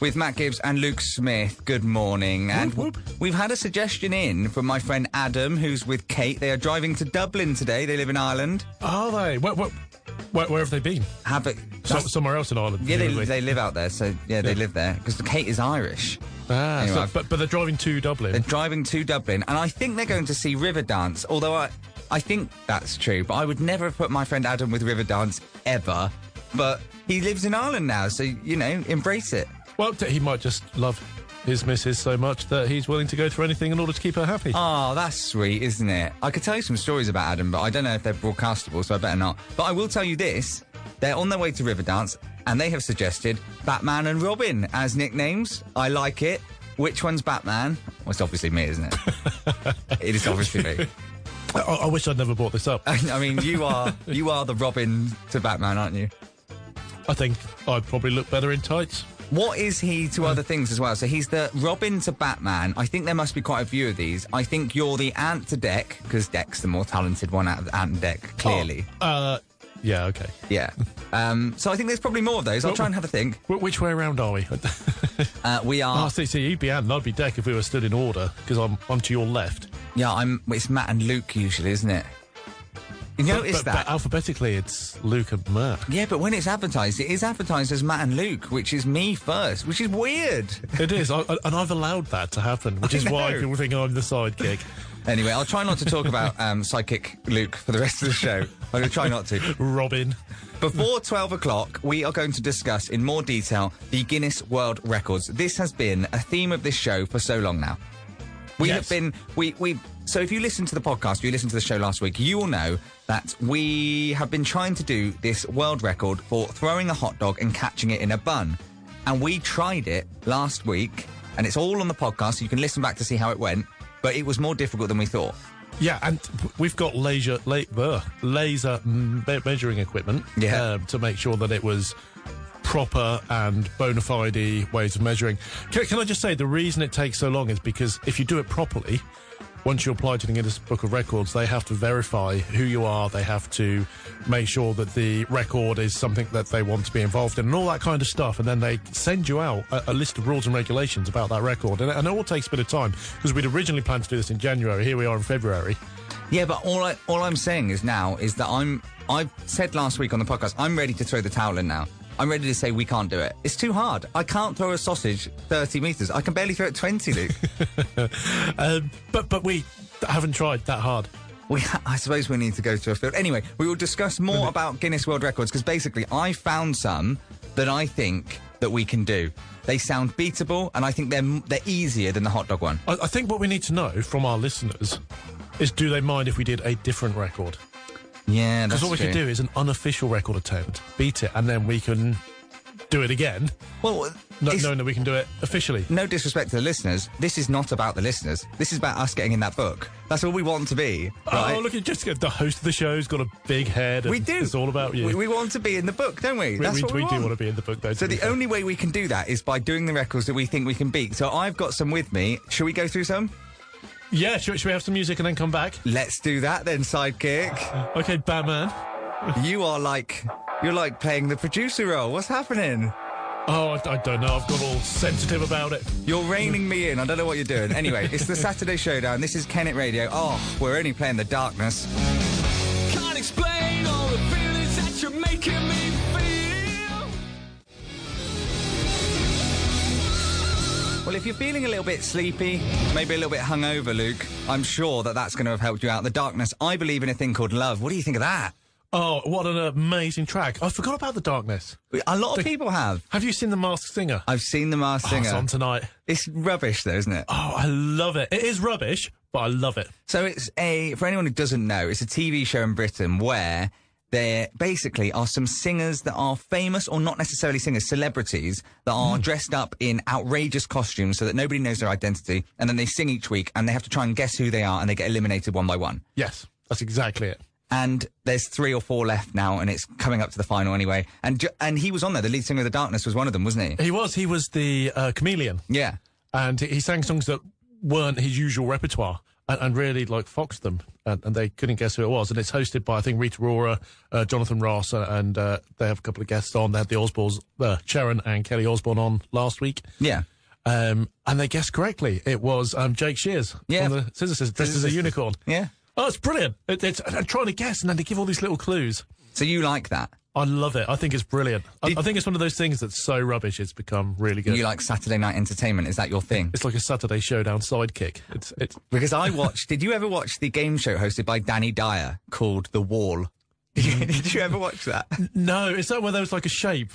[SPEAKER 1] with Matt Gibbs and Luke Smith. Good morning. And
[SPEAKER 2] Whoop, whoop.
[SPEAKER 1] we've had a suggestion in from my friend Adam, who's with Kate. They are driving to Dublin today. They live in Ireland.
[SPEAKER 2] Are they? Where, where, where, where have they been?
[SPEAKER 1] Have it.
[SPEAKER 2] So, somewhere else in Ireland.
[SPEAKER 1] yeah, they,
[SPEAKER 2] presumably.
[SPEAKER 1] they live out there, so yeah, they live there because Kate is Irish.
[SPEAKER 2] Ah,
[SPEAKER 1] Anyway,
[SPEAKER 2] so-
[SPEAKER 1] I've-
[SPEAKER 2] but, but they're driving to
[SPEAKER 1] They're
[SPEAKER 2] Dublin.
[SPEAKER 1] driving to Dublin, and I think they're going to see Riverdance. Although I, I think that's true, but I would never have put my friend Adam with Riverdance ever. But he lives in Ireland now, so you know, embrace it.
[SPEAKER 2] Well, t- he might just love his missus so much that he's willing to go through anything in order to keep her happy.
[SPEAKER 1] Oh, that's sweet, isn't it? I could tell you some stories about Adam, but I don't know if they're broadcastable, so I better not. But I will tell you this: they're on their way to Riverdance, and they have suggested Batman and Robin as nicknames. I like it. Which one's Batman? Well, it's obviously me, isn't it? it is obviously me.
[SPEAKER 2] I, I wish I'd never brought this up.
[SPEAKER 1] I mean, you are you are the Robin to Batman, aren't you?
[SPEAKER 2] I think I'd probably look better in tights.
[SPEAKER 1] What is he to other things as well? So he's the Robin to Batman. I think there must be quite a few of these. I think you're the Ant to Deck because Deck's the more talented one out of Ant and Deck, clearly.
[SPEAKER 2] Oh, uh, yeah, okay.
[SPEAKER 1] Yeah. Um, so I think there's probably more of those. I'll try and have a think.
[SPEAKER 2] Wh- which way around are we?
[SPEAKER 1] Uh, we
[SPEAKER 2] Ah,
[SPEAKER 1] are.
[SPEAKER 2] see, see, you'd be Ant and I'd be Deck if we were stood in order, because I'm, I'm to your left.
[SPEAKER 1] Yeah, I'm. It's Matt and Luke usually, isn't it? You notice
[SPEAKER 2] but, uh,
[SPEAKER 1] that?
[SPEAKER 2] But alphabetically, it's Luke and Merc.
[SPEAKER 1] yeah, but when it's advertised, it is advertised as Matt and Luke, which is me first, which is weird.
[SPEAKER 2] It is, I, I- and I've allowed that to happen, which
[SPEAKER 1] I
[SPEAKER 2] is why
[SPEAKER 1] know.
[SPEAKER 2] people think I'm the sidekick.
[SPEAKER 1] Anyway, I'll try not to talk about um, psychic Luke for the rest of the show. I'm going to try not to.
[SPEAKER 2] Robin.
[SPEAKER 1] Before 12 o'clock, we are going to discuss in more detail the Guinness World Records. This has been a theme of this show for so long now. We
[SPEAKER 2] Yes.
[SPEAKER 1] have been, we, we, so if you listen to the podcast, you listened to the show last week, you will know that we have been trying to do this world record for throwing a hot dog and catching it in a bun. And we tried it last week, and it's all on the podcast, so you can listen back to see how it went, but it was more difficult than we thought.
[SPEAKER 2] Yeah, and we've got laser la- uh, laser mm, me- measuring equipment
[SPEAKER 1] Yeah.
[SPEAKER 2] um, to make sure that it was proper and bona fide ways of measuring. Can, can I just say the reason it takes so long is because if you do it properly, once you apply to the Guinness Book of Records, they have to verify who you are. They have to make sure that the record is something that they want to be involved in, and all that kind of stuff. And then they send you out a, a list of rules and regulations about that record. And, and it all takes a bit of time because we'd originally planned to do this in January. Here we are in February.
[SPEAKER 1] Yeah, but all I all I'm saying is now is that I'm I said last week on the podcast I'm ready to throw the towel in now. I'm ready to say we can't do it. It's too hard. I can't throw a sausage 30 meters. I can barely throw it 20, Luke.
[SPEAKER 2] Um, but but we haven't tried that hard.
[SPEAKER 1] we ha- I suppose we need to go to a field. Anyway, we will discuss more about Guinness World Records because basically I found some that I think that we can do. They sound beatable and I think they're m- they're easier than the hot dog one.
[SPEAKER 2] I, I think what we need to know from our listeners is do they mind if we did a different record?
[SPEAKER 1] Yeah, that's
[SPEAKER 2] Because all we
[SPEAKER 1] true.
[SPEAKER 2] could do is an unofficial record attempt, beat it, and then we can do it again,
[SPEAKER 1] Well,
[SPEAKER 2] no,
[SPEAKER 1] it's-
[SPEAKER 2] knowing that we can do it officially.
[SPEAKER 1] no disrespect to the listeners, this is not about the listeners. This is about us getting in that book. That's all we want to be. Right?
[SPEAKER 2] Oh, look at Jessica, the host of the show's got a big head. And
[SPEAKER 1] we do.
[SPEAKER 2] It's all about you.
[SPEAKER 1] We, we want to be in the book, don't we?
[SPEAKER 2] We-
[SPEAKER 1] That's
[SPEAKER 2] we-
[SPEAKER 1] what
[SPEAKER 2] we
[SPEAKER 1] we,
[SPEAKER 2] do
[SPEAKER 1] want.
[SPEAKER 2] want to be in the book, though. to
[SPEAKER 1] so
[SPEAKER 2] be
[SPEAKER 1] the
[SPEAKER 2] fair.
[SPEAKER 1] only way we can do that is by doing the records that we think we can beat. So I've got some with me. Shall we go through some?
[SPEAKER 2] Yeah, should, should we have some music and then come back?
[SPEAKER 1] Let's do that then, sidekick.
[SPEAKER 2] Okay, Batman.
[SPEAKER 1] you are like you're like playing the producer role. What's happening?
[SPEAKER 2] Oh, I, I don't know. I've got all sensitive about it.
[SPEAKER 1] You're reining me in. I don't know what you're doing. Anyway, it's the Saturday Showdown. This is Kennet Radio. Oh, we're only playing the darkness.
[SPEAKER 4] Can't explain all the feelings that you're making me feel.
[SPEAKER 1] Well, if you're feeling a little bit sleepy, maybe a little bit hungover, Luke, I'm sure that that's going to have helped you out. The darkness. I believe in a thing called love. What do you think of that?
[SPEAKER 2] Oh, what an amazing track. I forgot about the darkness.
[SPEAKER 1] A lot of people have.
[SPEAKER 2] Have you seen The Masked Singer?
[SPEAKER 1] I've seen the Masked
[SPEAKER 2] Oh, it's
[SPEAKER 1] Singer.
[SPEAKER 2] on tonight.
[SPEAKER 1] it's rubbish, though, isn't it?
[SPEAKER 2] Oh, I love it. It is rubbish, but I love it.
[SPEAKER 1] So it's a for anyone who doesn't know, it's a TV show in Britain where there basically are some singers that are famous or not necessarily singers, celebrities that are dressed up in outrageous costumes so that nobody knows their identity, and then they sing each week and they have to try and guess who they are, and they get eliminated one by one.
[SPEAKER 2] Yes, that's exactly it.
[SPEAKER 1] and there's three or four left now, and it's coming up to the final anyway. And ju- and he was on there. The lead singer of the Darkness was one of them, wasn't he?
[SPEAKER 2] He was. He was the uh, chameleon,
[SPEAKER 1] Yeah.
[SPEAKER 2] and he- he sang songs that weren't his usual repertoire, and, and really like foxed them, and, and they couldn't guess who it was. And it's hosted by I think Rita Ora, uh, Jonathan Ross, uh, and uh, they have a couple of guests on. They had the Osbournes, uh, Sharon and Kelly Osbourne on last week.
[SPEAKER 1] Yeah.
[SPEAKER 2] Um, and they guessed correctly. It was um, Jake Shears
[SPEAKER 1] Yeah.
[SPEAKER 2] from the Scissor Sisters, dressed as a
[SPEAKER 1] Sisters.
[SPEAKER 2] unicorn.
[SPEAKER 1] Yeah.
[SPEAKER 2] Oh, it's brilliant. It, it's, I'm trying to guess, and then they give all these little clues.
[SPEAKER 1] So you like that?
[SPEAKER 2] I love it. I think it's brilliant. I,
[SPEAKER 1] Did-
[SPEAKER 2] I think it's one of those things that's so rubbish it's become really good.
[SPEAKER 1] You like Saturday night entertainment? Is that your thing?
[SPEAKER 2] it's like a Saturday Showdown sidekick. It's it's
[SPEAKER 1] Because I watched. did you ever watch the game show hosted by Danny Dyer called The Wall? did you ever watch that?
[SPEAKER 2] no. Is that where there was like a shape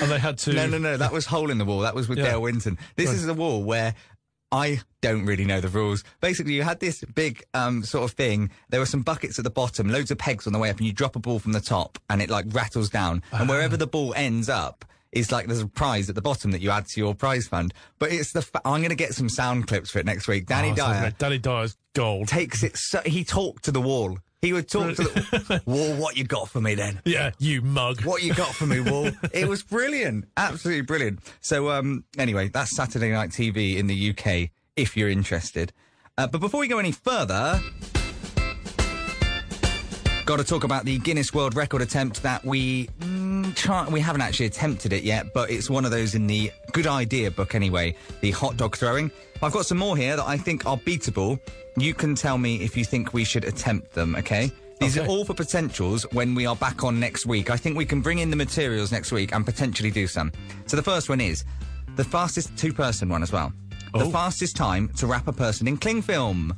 [SPEAKER 2] and they had to?
[SPEAKER 1] No, no, no. That was Hole in the Wall. That was with
[SPEAKER 2] Yeah.
[SPEAKER 1] Dale Winton. This is the wall where I don't really know the rules. Basically, you had this big um, sort of thing. There were some buckets at the bottom, loads of pegs on the way up, and you drop a ball from the top, and it like rattles down. And
[SPEAKER 2] Ah.
[SPEAKER 1] wherever the ball ends up, is like there's a prize at the bottom that you add to your prize fund. But it's the. Fa- I'm going to get some sound clips for it next week. Danny
[SPEAKER 2] Oh, it's like
[SPEAKER 1] Dyer
[SPEAKER 2] that. Danny Dyer's gold.
[SPEAKER 1] takes it. So, he talked to the wall. He would talk to the wall. What you got for me then?
[SPEAKER 2] yeah, you mug.
[SPEAKER 1] What you got for me, Wall? it was brilliant, absolutely brilliant. So, um, anyway, that's Saturday Night TV in the UK. If you're interested, uh, but before we go any further, got to talk about the Guinness World Record attempt that we mm, try- we haven't actually attempted it yet, but it's one of those in the good idea book anyway. The hot dog throwing. I've got some more here that I think are beatable. You can tell me if you think we should attempt them. Okay. These are
[SPEAKER 2] Okay.
[SPEAKER 1] all for potentials when we are back on next week. I think we can bring in the materials next week and potentially do some. So the first one is the fastest two person one as well. The
[SPEAKER 2] Oh.
[SPEAKER 1] fastest time to wrap a person in cling film.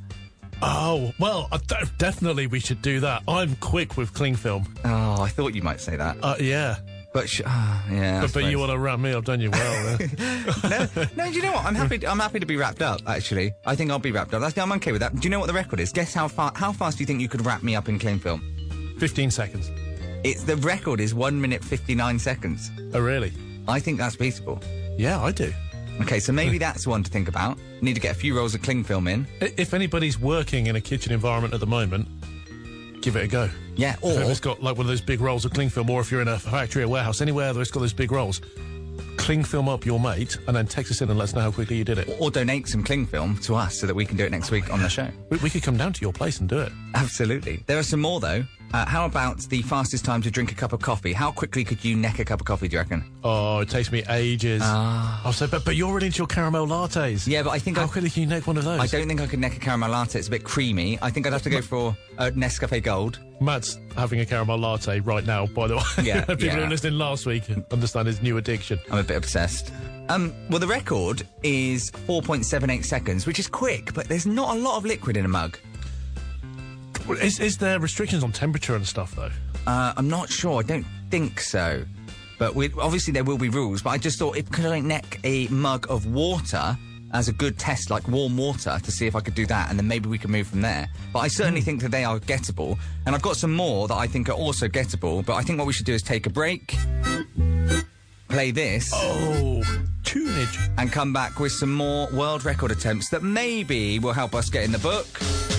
[SPEAKER 2] Oh well, I d- definitely we should do that. I'm quick with cling film.
[SPEAKER 1] Oh, I thought you might say that.
[SPEAKER 2] Uh, yeah,
[SPEAKER 1] But sh- ah, yeah. I
[SPEAKER 2] but, but
[SPEAKER 1] suppose.
[SPEAKER 2] you want to wrap me up, don't you? Well, uh, yeah.
[SPEAKER 1] no, no. Do you know what? I'm happy. I'm happy to be wrapped up. Actually, I think I'll be wrapped up. That's, I'm okay with that. Do you know what the record is? Guess how far? How fast do you think you could wrap me up in cling film?
[SPEAKER 2] fifteen seconds.
[SPEAKER 1] It's the record is one minute fifty nine seconds.
[SPEAKER 2] Oh really?
[SPEAKER 1] I think that's beatable.
[SPEAKER 2] Yeah, I do.
[SPEAKER 1] Okay, so maybe that's one to think about. Need to get a few rolls of cling film in.
[SPEAKER 2] I- If anybody's working in a kitchen environment at the moment, give it a go.
[SPEAKER 1] Yeah,
[SPEAKER 2] If
[SPEAKER 1] or
[SPEAKER 2] it's got like one of those big rolls of cling film, or if you're in a factory or warehouse, anywhere that's got those big rolls, cling film up your mate and then text us in and let us know how quickly you did it.
[SPEAKER 1] or donate some cling film to us so that we can do it next week on the show.
[SPEAKER 2] We, we could come down to your place and do it.
[SPEAKER 1] Absolutely. There are some more though. Uh, how about the fastest time to drink a cup of coffee? How quickly could you neck a cup of coffee? Do you reckon?
[SPEAKER 2] Oh, it takes me ages. I'll say, but, but you're really into your caramel lattes.
[SPEAKER 1] Ah. Yeah, but I think
[SPEAKER 2] How
[SPEAKER 1] I-
[SPEAKER 2] quickly can you make one of those?
[SPEAKER 1] I don't think I could neck a caramel latte. It's a bit creamy. I think I'd have to go for uh, Nescafe Gold.
[SPEAKER 2] Matt's having a caramel latte right now, by the way.
[SPEAKER 1] Yeah,
[SPEAKER 2] People
[SPEAKER 1] yeah.
[SPEAKER 2] who listening last week understand his new addiction.
[SPEAKER 1] I'm a bit obsessed. Um, well, the record is 4.78 seconds, which is quick, but there's not a lot of liquid in a mug.
[SPEAKER 2] Is, is there restrictions on temperature and stuff, though?
[SPEAKER 1] Uh, I'm not sure. I don't think so. But we, obviously there will be rules. But I just thought if could I neck a mug of water as a good test, like warm water, to see if I could do that, and then maybe we could move from there. But I certainly think that they are gettable, and I've got some more that I think are also gettable. But I think what we should do is take a break, play this,
[SPEAKER 2] Oh, tunage.
[SPEAKER 1] and come back with some more world record attempts that maybe will help us get in the book.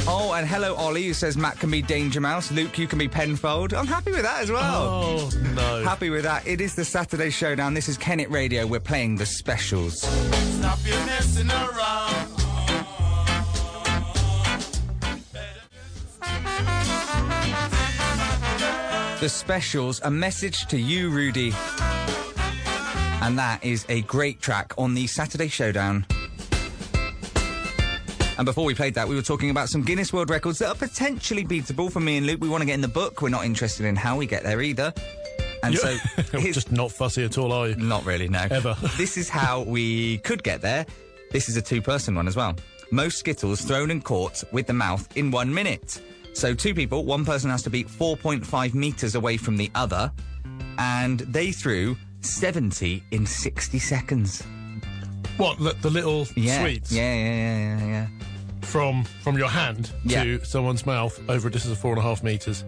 [SPEAKER 1] Oh, and hello Ollie, who says Matt can be Danger Mouse, Luke you can be Penfold. I'm happy with that as well.
[SPEAKER 2] Oh, no.
[SPEAKER 1] Happy with that. It is the Saturday Showdown. This is Kennet Radio. We're playing the specials.
[SPEAKER 4] Stop your messing around.
[SPEAKER 1] The specials, a message to you, Rudy. And that is a great track on the Saturday Showdown. And before we played that, we were talking about some Guinness World Records that are potentially beatable for me and Luke. We want to get in the book. We're not interested in how we get there either. And
[SPEAKER 2] You're
[SPEAKER 1] so, Mm. here's-
[SPEAKER 2] just not fussy at all, are you?
[SPEAKER 1] Not really, no.
[SPEAKER 2] Ever.
[SPEAKER 1] this is how we could get there. This is a two person one as well. Most Skittles thrown and caught with the mouth in one minute. So, two people, one person has to be 4.5 meters away from the other, and they threw 70 in 60 seconds.
[SPEAKER 2] What the, the little
[SPEAKER 1] Yeah.
[SPEAKER 2] sweets
[SPEAKER 1] Yeah, yeah, yeah, yeah, yeah.
[SPEAKER 2] from from your hand
[SPEAKER 1] Yeah.
[SPEAKER 2] to someone's mouth over a distance of four and a half meters?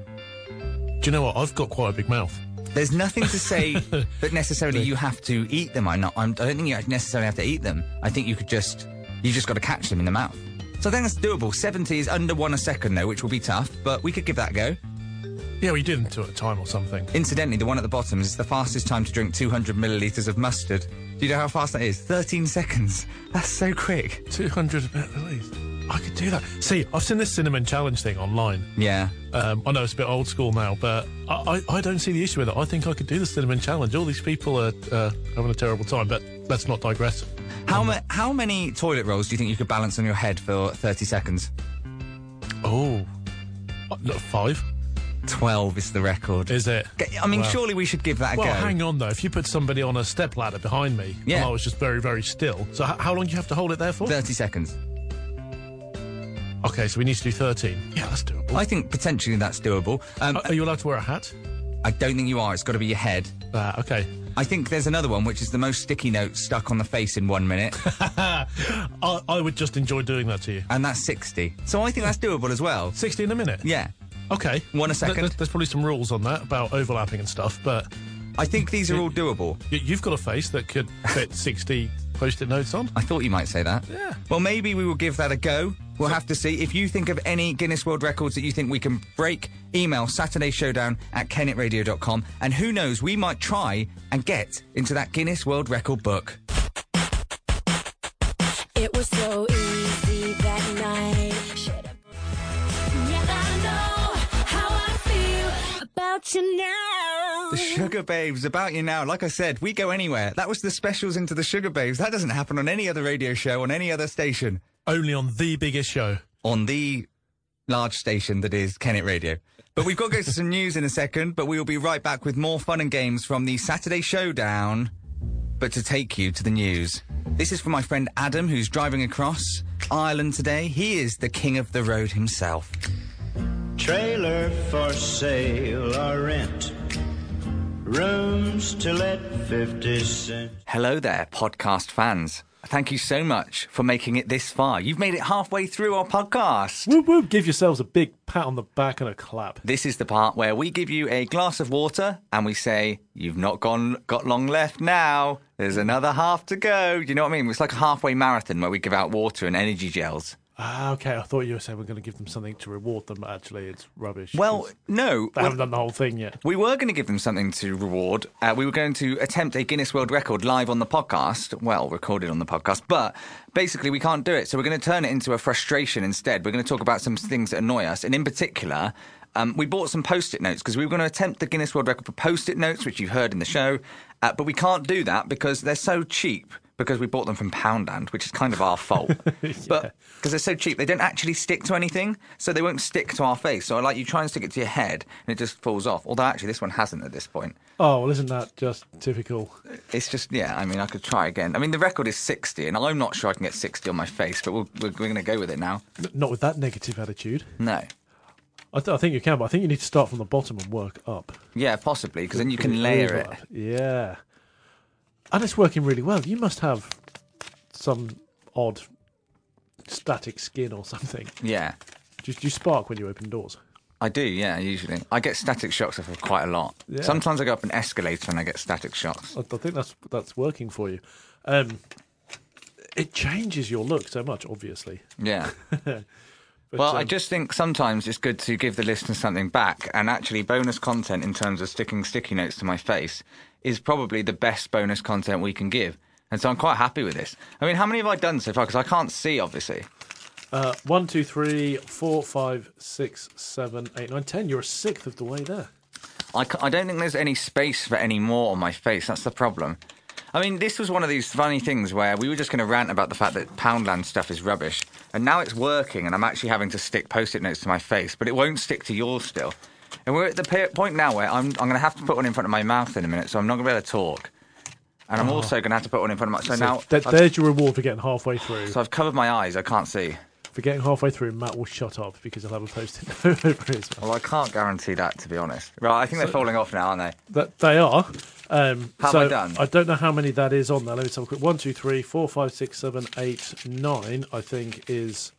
[SPEAKER 2] Do you know what? I've got quite a big mouth.
[SPEAKER 1] There's nothing to say that necessarily you have to eat them. I'm not, I'm, I don't think you necessarily have to eat them. I think you could just, you just got to catch them in the mouth. So I think that's doable. 70 is under one a second though, which will be tough, but we could give that a go.
[SPEAKER 2] Yeah, we did them two at a time or something.
[SPEAKER 1] Incidentally, the one at the bottom is the fastest time to drink 200 millilitres of mustard. Do you know how fast that is? 13 seconds. That's so quick.
[SPEAKER 2] Two hundred at least. I could do that. See, I've seen this cinnamon challenge thing online.
[SPEAKER 1] Yeah.
[SPEAKER 2] Um, I know it's a bit old school now, but I, I, I don't see the issue with it. I think I could do the cinnamon challenge. All these people are uh, having a terrible time, but let's not digress.
[SPEAKER 1] How, ma- how many toilet rolls do you think you could balance on your head for 30 seconds?
[SPEAKER 2] Oh, uh, look, five.
[SPEAKER 1] Twelve is the record.
[SPEAKER 2] Is it?
[SPEAKER 1] I mean, surely we should give that a
[SPEAKER 2] Well,
[SPEAKER 1] go.
[SPEAKER 2] hang on though. If you put somebody on a step ladder behind me,
[SPEAKER 1] Yeah.
[SPEAKER 2] and I was just very, very still. So h- how long do you have to hold it there for?
[SPEAKER 1] Thirty seconds.
[SPEAKER 2] okay, so we need to do thirteen. Yeah, that's doable.
[SPEAKER 1] I think potentially that's doable. Um,
[SPEAKER 2] Are- Are you allowed to wear a hat?
[SPEAKER 1] I don't think you are. It's got to be your head.
[SPEAKER 2] Uh, okay.
[SPEAKER 1] I think there's another one, which is the most sticky note stuck on the face in one minute,
[SPEAKER 2] I, I would just enjoy doing that to you.
[SPEAKER 1] and that's 60. So I think that's doable as well.
[SPEAKER 2] Sixty in a minute.
[SPEAKER 1] Yeah.
[SPEAKER 2] Okay.
[SPEAKER 1] One a second.
[SPEAKER 2] Th- th- there's probably some rules on that about overlapping and stuff, but
[SPEAKER 1] I think these are all doable.
[SPEAKER 2] y- you've got a face that could fit sixty post-it notes on.
[SPEAKER 1] I thought you might say that.
[SPEAKER 2] Yeah.
[SPEAKER 1] Well, maybe we will give that a go. We'll have to see. If you think of any Guinness World Records that you think we can break, email SaturdayShowdown at kennetradio.com. And who knows, we might try and get into that Guinness World Record book.
[SPEAKER 7] It was so easy that night. Should have. Yeah, I know how I feel about you now.
[SPEAKER 1] The Sugar Babes, about you now. Like I said, we go anywhere. That was the specials into the Sugar Babes. That doesn't happen on any other radio show, on any other station.
[SPEAKER 2] Only on the biggest show.
[SPEAKER 1] on the large station that is Kennet Radio. But we've got to go to some news in a second, but we will be right back with more fun and games from the Saturday Showdown. But to take you to the news, this is from my friend Adam, who's driving across Ireland today. He is the king of the road himself.
[SPEAKER 8] Trailer for sale or rent. Rooms to let 50 cent.
[SPEAKER 1] Hello there, podcast fans. Thank you so much for making it this far. You've made it halfway through our podcast.
[SPEAKER 3] Whoop, whoop. Give yourselves a big pat on the back and a clap.
[SPEAKER 1] This is the part where we give you a glass of water and we say, You've not gone got long left now. There's another half to go. Do you know what I mean? It's like a halfway marathon where we give out water and energy gels.
[SPEAKER 3] Ah, okay. I thought you were saying we're going to give them something to reward them, but actually, it's rubbish.
[SPEAKER 1] Well,
[SPEAKER 3] 'cause
[SPEAKER 1] no.
[SPEAKER 3] they
[SPEAKER 1] well,
[SPEAKER 3] haven't done the whole thing yet.
[SPEAKER 1] we were going to give them something to reward. Uh, we were going to attempt a Guinness World Record live on the podcast, well, recorded on the podcast, but basically we can't do it. So we're going to turn it into a frustration instead. We're going to talk about some things that annoy us. And in particular, um, we bought some post it notes because we were going to attempt the Guinness World Record for post it notes, which you've heard in the show. Uh, but we can't do that because they're so cheap. Because we bought them from Poundland, which is kind of our fault. But because they're so cheap, they don't actually stick to anything, so they won't stick to our face. So like you try and stick it to your head, and it just falls off. Although actually, this one hasn't at this point.
[SPEAKER 3] Oh, well, isn't that just typical?
[SPEAKER 1] It's just yeah. I mean, I could try again. I mean, the record is sixty, and I'm not sure I can get sixty on my face, but we'll, we're, we're going to go with it now.
[SPEAKER 3] N- Not with that negative attitude.
[SPEAKER 1] No,
[SPEAKER 3] I, th- I think you can, but I think you need to start from the bottom and work up.
[SPEAKER 1] yeah, possibly because then you can layer it.
[SPEAKER 3] Over. Yeah. And it's working really well. You must have some odd static skin or something.
[SPEAKER 1] Yeah,
[SPEAKER 3] Do you, do you spark when you open doors?
[SPEAKER 1] I do. Yeah, usually I get static shocks off of quite a lot.
[SPEAKER 3] Yeah.
[SPEAKER 1] Sometimes I go up an escalator and I get static shocks.
[SPEAKER 3] I, I think that's that's working for you. Um, it changes your look so much, obviously.
[SPEAKER 1] Yeah.
[SPEAKER 3] But,
[SPEAKER 1] Well, I
[SPEAKER 3] um,
[SPEAKER 1] just think sometimes it's good to give the listener something back, and actually, bonus content in terms of sticking sticky notes to my face is probably the best bonus content we can give. And so I'm quite happy with this. I mean, how many have I done so far? Because I can't see, obviously.
[SPEAKER 3] uh, one, two, three, four, five, six, seven, eight, nine, ten. You're a sixth of the way there.
[SPEAKER 1] I, ca- I don't think there's any space for any more on my face. That's the problem. I mean, this was one of these funny things where we were just going to rant about the fact that Poundland stuff is rubbish, and now it's working, and I'm actually having to stick post-it notes to my face, but it won't stick to yours still. And we're at the pe- point now where I'm, I'm going to have to put one in front of my mouth in a minute, so I'm not going to be able to talk, and I'm also going to have to put one in front of my. So,
[SPEAKER 3] Oh. So
[SPEAKER 1] now,
[SPEAKER 3] that,
[SPEAKER 1] I've,
[SPEAKER 3] there's your reward for getting halfway through.
[SPEAKER 1] so I've covered my eyes. I can't see.
[SPEAKER 3] For getting halfway through, Matt will shut up because he'll have a post-it note over his mouth.
[SPEAKER 1] Well, I can't guarantee that, to be honest. Right, I think they're falling off now, aren't they?
[SPEAKER 3] That they are. Um,
[SPEAKER 1] How
[SPEAKER 3] so
[SPEAKER 1] have I done?
[SPEAKER 3] don't know how many that is on there. Let me just have a quick one, two, three, four, five, six, seven, eight, nine. I think is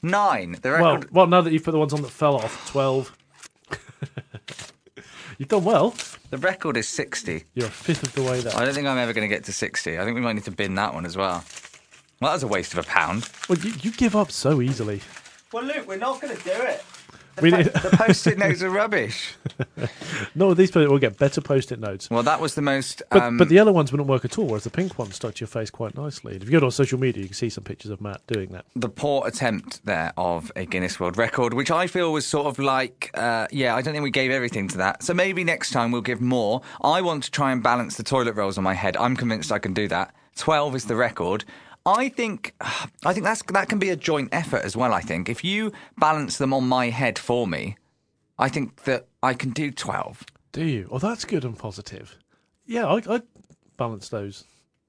[SPEAKER 1] Nine. The
[SPEAKER 3] well.
[SPEAKER 1] record.
[SPEAKER 3] Well, now that you've put the ones on that fell off, twelve. you've done well.
[SPEAKER 1] the record is sixty.
[SPEAKER 3] You're a fifth of the way there.
[SPEAKER 1] I don't think I'm ever going to get to 60. I think we might need to bin that one as well. Well, that was a waste of a pound.
[SPEAKER 3] Well, you, you give up so easily.
[SPEAKER 1] Well, Luke, we're not going to do it.
[SPEAKER 3] We need,
[SPEAKER 1] The post-it notes are rubbish.
[SPEAKER 3] no, these people will get better post-it notes.
[SPEAKER 1] Well, that was the most.
[SPEAKER 3] But,
[SPEAKER 1] Um,
[SPEAKER 3] but the yellow ones wouldn't work at all, whereas the pink ones stuck to your face quite nicely. And if you go on social media, you can see some pictures of Matt doing that.
[SPEAKER 1] the poor attempt there of a Guinness World Record, which I feel was sort of like, uh, yeah, I don't think we gave everything to that. So maybe next time we'll give more. I want to try and balance the toilet rolls on my head. I'm convinced I can do that. Twelve is the record. I think, I think that's that can be a joint effort as well. I think if you balance them on my head for me, I think that I can do 12.
[SPEAKER 2] Do you? Oh, that's good and positive. Yeah, I, I balance those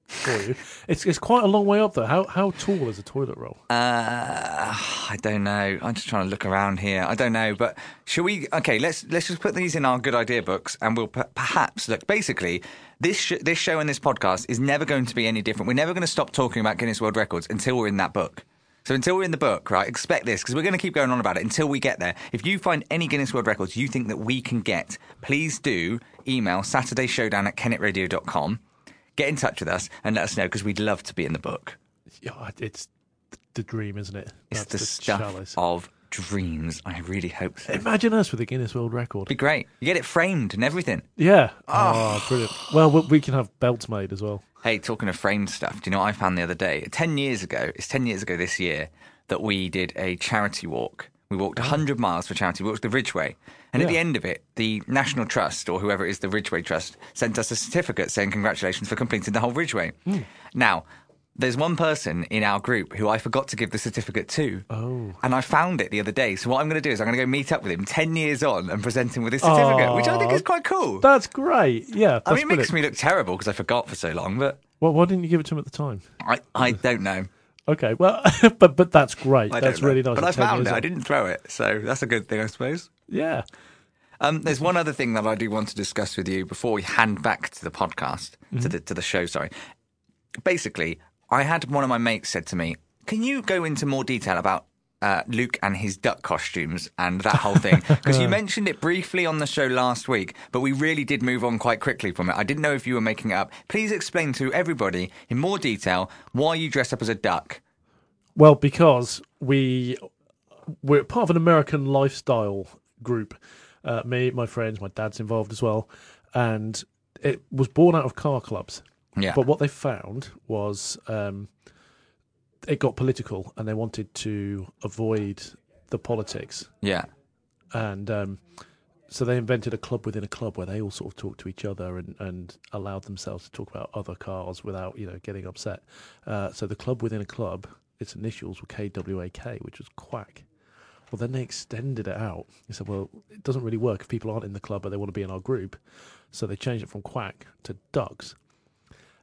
[SPEAKER 2] for you. it's it's quite a long way up though. How how tall is a toilet roll?
[SPEAKER 1] Uh, I don't know. I'm just trying to look around here. I don't know, but shall we? Okay, let's let's just put these in our good idea books, and we'll per- perhaps look. Basically, this sh- this show and this podcast is never going to be any different. We're never going to stop talking about Guinness World Records until we're in that book. So until we're in the book, right? Expect this because we're going to keep going on about it until we get there. If you find any Guinness World Records you think that we can get, please do email SaturdayShowdown at kennetradio.com. Get in touch with us and let us know because we'd love to be in the book.
[SPEAKER 2] Yeah, it's the dream, isn't it?
[SPEAKER 1] It's the, stuff Oh.
[SPEAKER 2] chalice.
[SPEAKER 1] of dreams. I really hope so. It'd
[SPEAKER 2] Imagine us with a Guinness World Record.
[SPEAKER 1] be Ah. great. You get it framed and everything.
[SPEAKER 2] Yeah. Oh, brilliant. Well, we- we can have belts made as well.
[SPEAKER 1] Hey, talking of framed stuff, do you know what I found the other day? Ten years ago, it's ten years ago this year that we did a charity walk. We walked 100 miles for charity. We walked the Ridgeway. And at
[SPEAKER 2] Oh. Yeah.
[SPEAKER 1] the end of it, the National Trust, or whoever it is, the Ridgeway Trust, sent us a certificate saying congratulations for completing the whole Ridgeway.
[SPEAKER 2] Hmm.
[SPEAKER 1] Now, there's one person in our group who I forgot to give the certificate to. Oh. And I found it the other day. So what I'm going to do is I'm going to go meet up with him 10 years on and present him with his certificate, which I think
[SPEAKER 2] Aw.
[SPEAKER 1] is quite cool.
[SPEAKER 2] That's great. Yeah. That's
[SPEAKER 1] I mean, it makes
[SPEAKER 2] brilliant.
[SPEAKER 1] me look terrible because I forgot for so long, but
[SPEAKER 2] Well, why didn't you give it to him at the time?
[SPEAKER 1] I, I don't know.
[SPEAKER 2] Okay. Well, but but that's great.
[SPEAKER 1] I
[SPEAKER 2] that's
[SPEAKER 1] don't know.
[SPEAKER 2] really nice.
[SPEAKER 1] But
[SPEAKER 2] at
[SPEAKER 1] I
[SPEAKER 2] 10
[SPEAKER 1] found
[SPEAKER 2] years
[SPEAKER 1] it. I
[SPEAKER 2] old.
[SPEAKER 1] didn't throw it, so that's a good thing, I suppose.
[SPEAKER 2] Yeah.
[SPEAKER 1] Um, there's one other thing that I do want to discuss with you before we hand back to the podcast,
[SPEAKER 2] Mm-hmm.
[SPEAKER 1] to the to the show. Sorry. Basically, I had one of my mates said to me, "Can you go into more detail about?" Uh, Luke and his duck costumes and that whole thing. Because
[SPEAKER 2] Uh.
[SPEAKER 1] you mentioned it briefly on the show last week, but we really did move on quite quickly from it. I didn't know if you were making it up. Please explain to everybody in more detail why you dress up as a duck.
[SPEAKER 2] Well, because we we're part of an American lifestyle group. Uh, me, my friends, my dad's involved as well, and it was born out of car clubs.
[SPEAKER 1] Yeah.
[SPEAKER 2] But what they found was um, it got political, and they wanted to avoid the politics,
[SPEAKER 1] yeah.
[SPEAKER 2] and um, so they invented a club within a club where they all sort of talked to each other and, and allowed themselves to talk about other cars without you know getting upset. Uh, so the club within a club, its initials were KWAK, which was quack. Well, then they extended it out. They said, well, it doesn't really work if people aren't in the club but they want to be in our group. So they changed it from quack to ducks.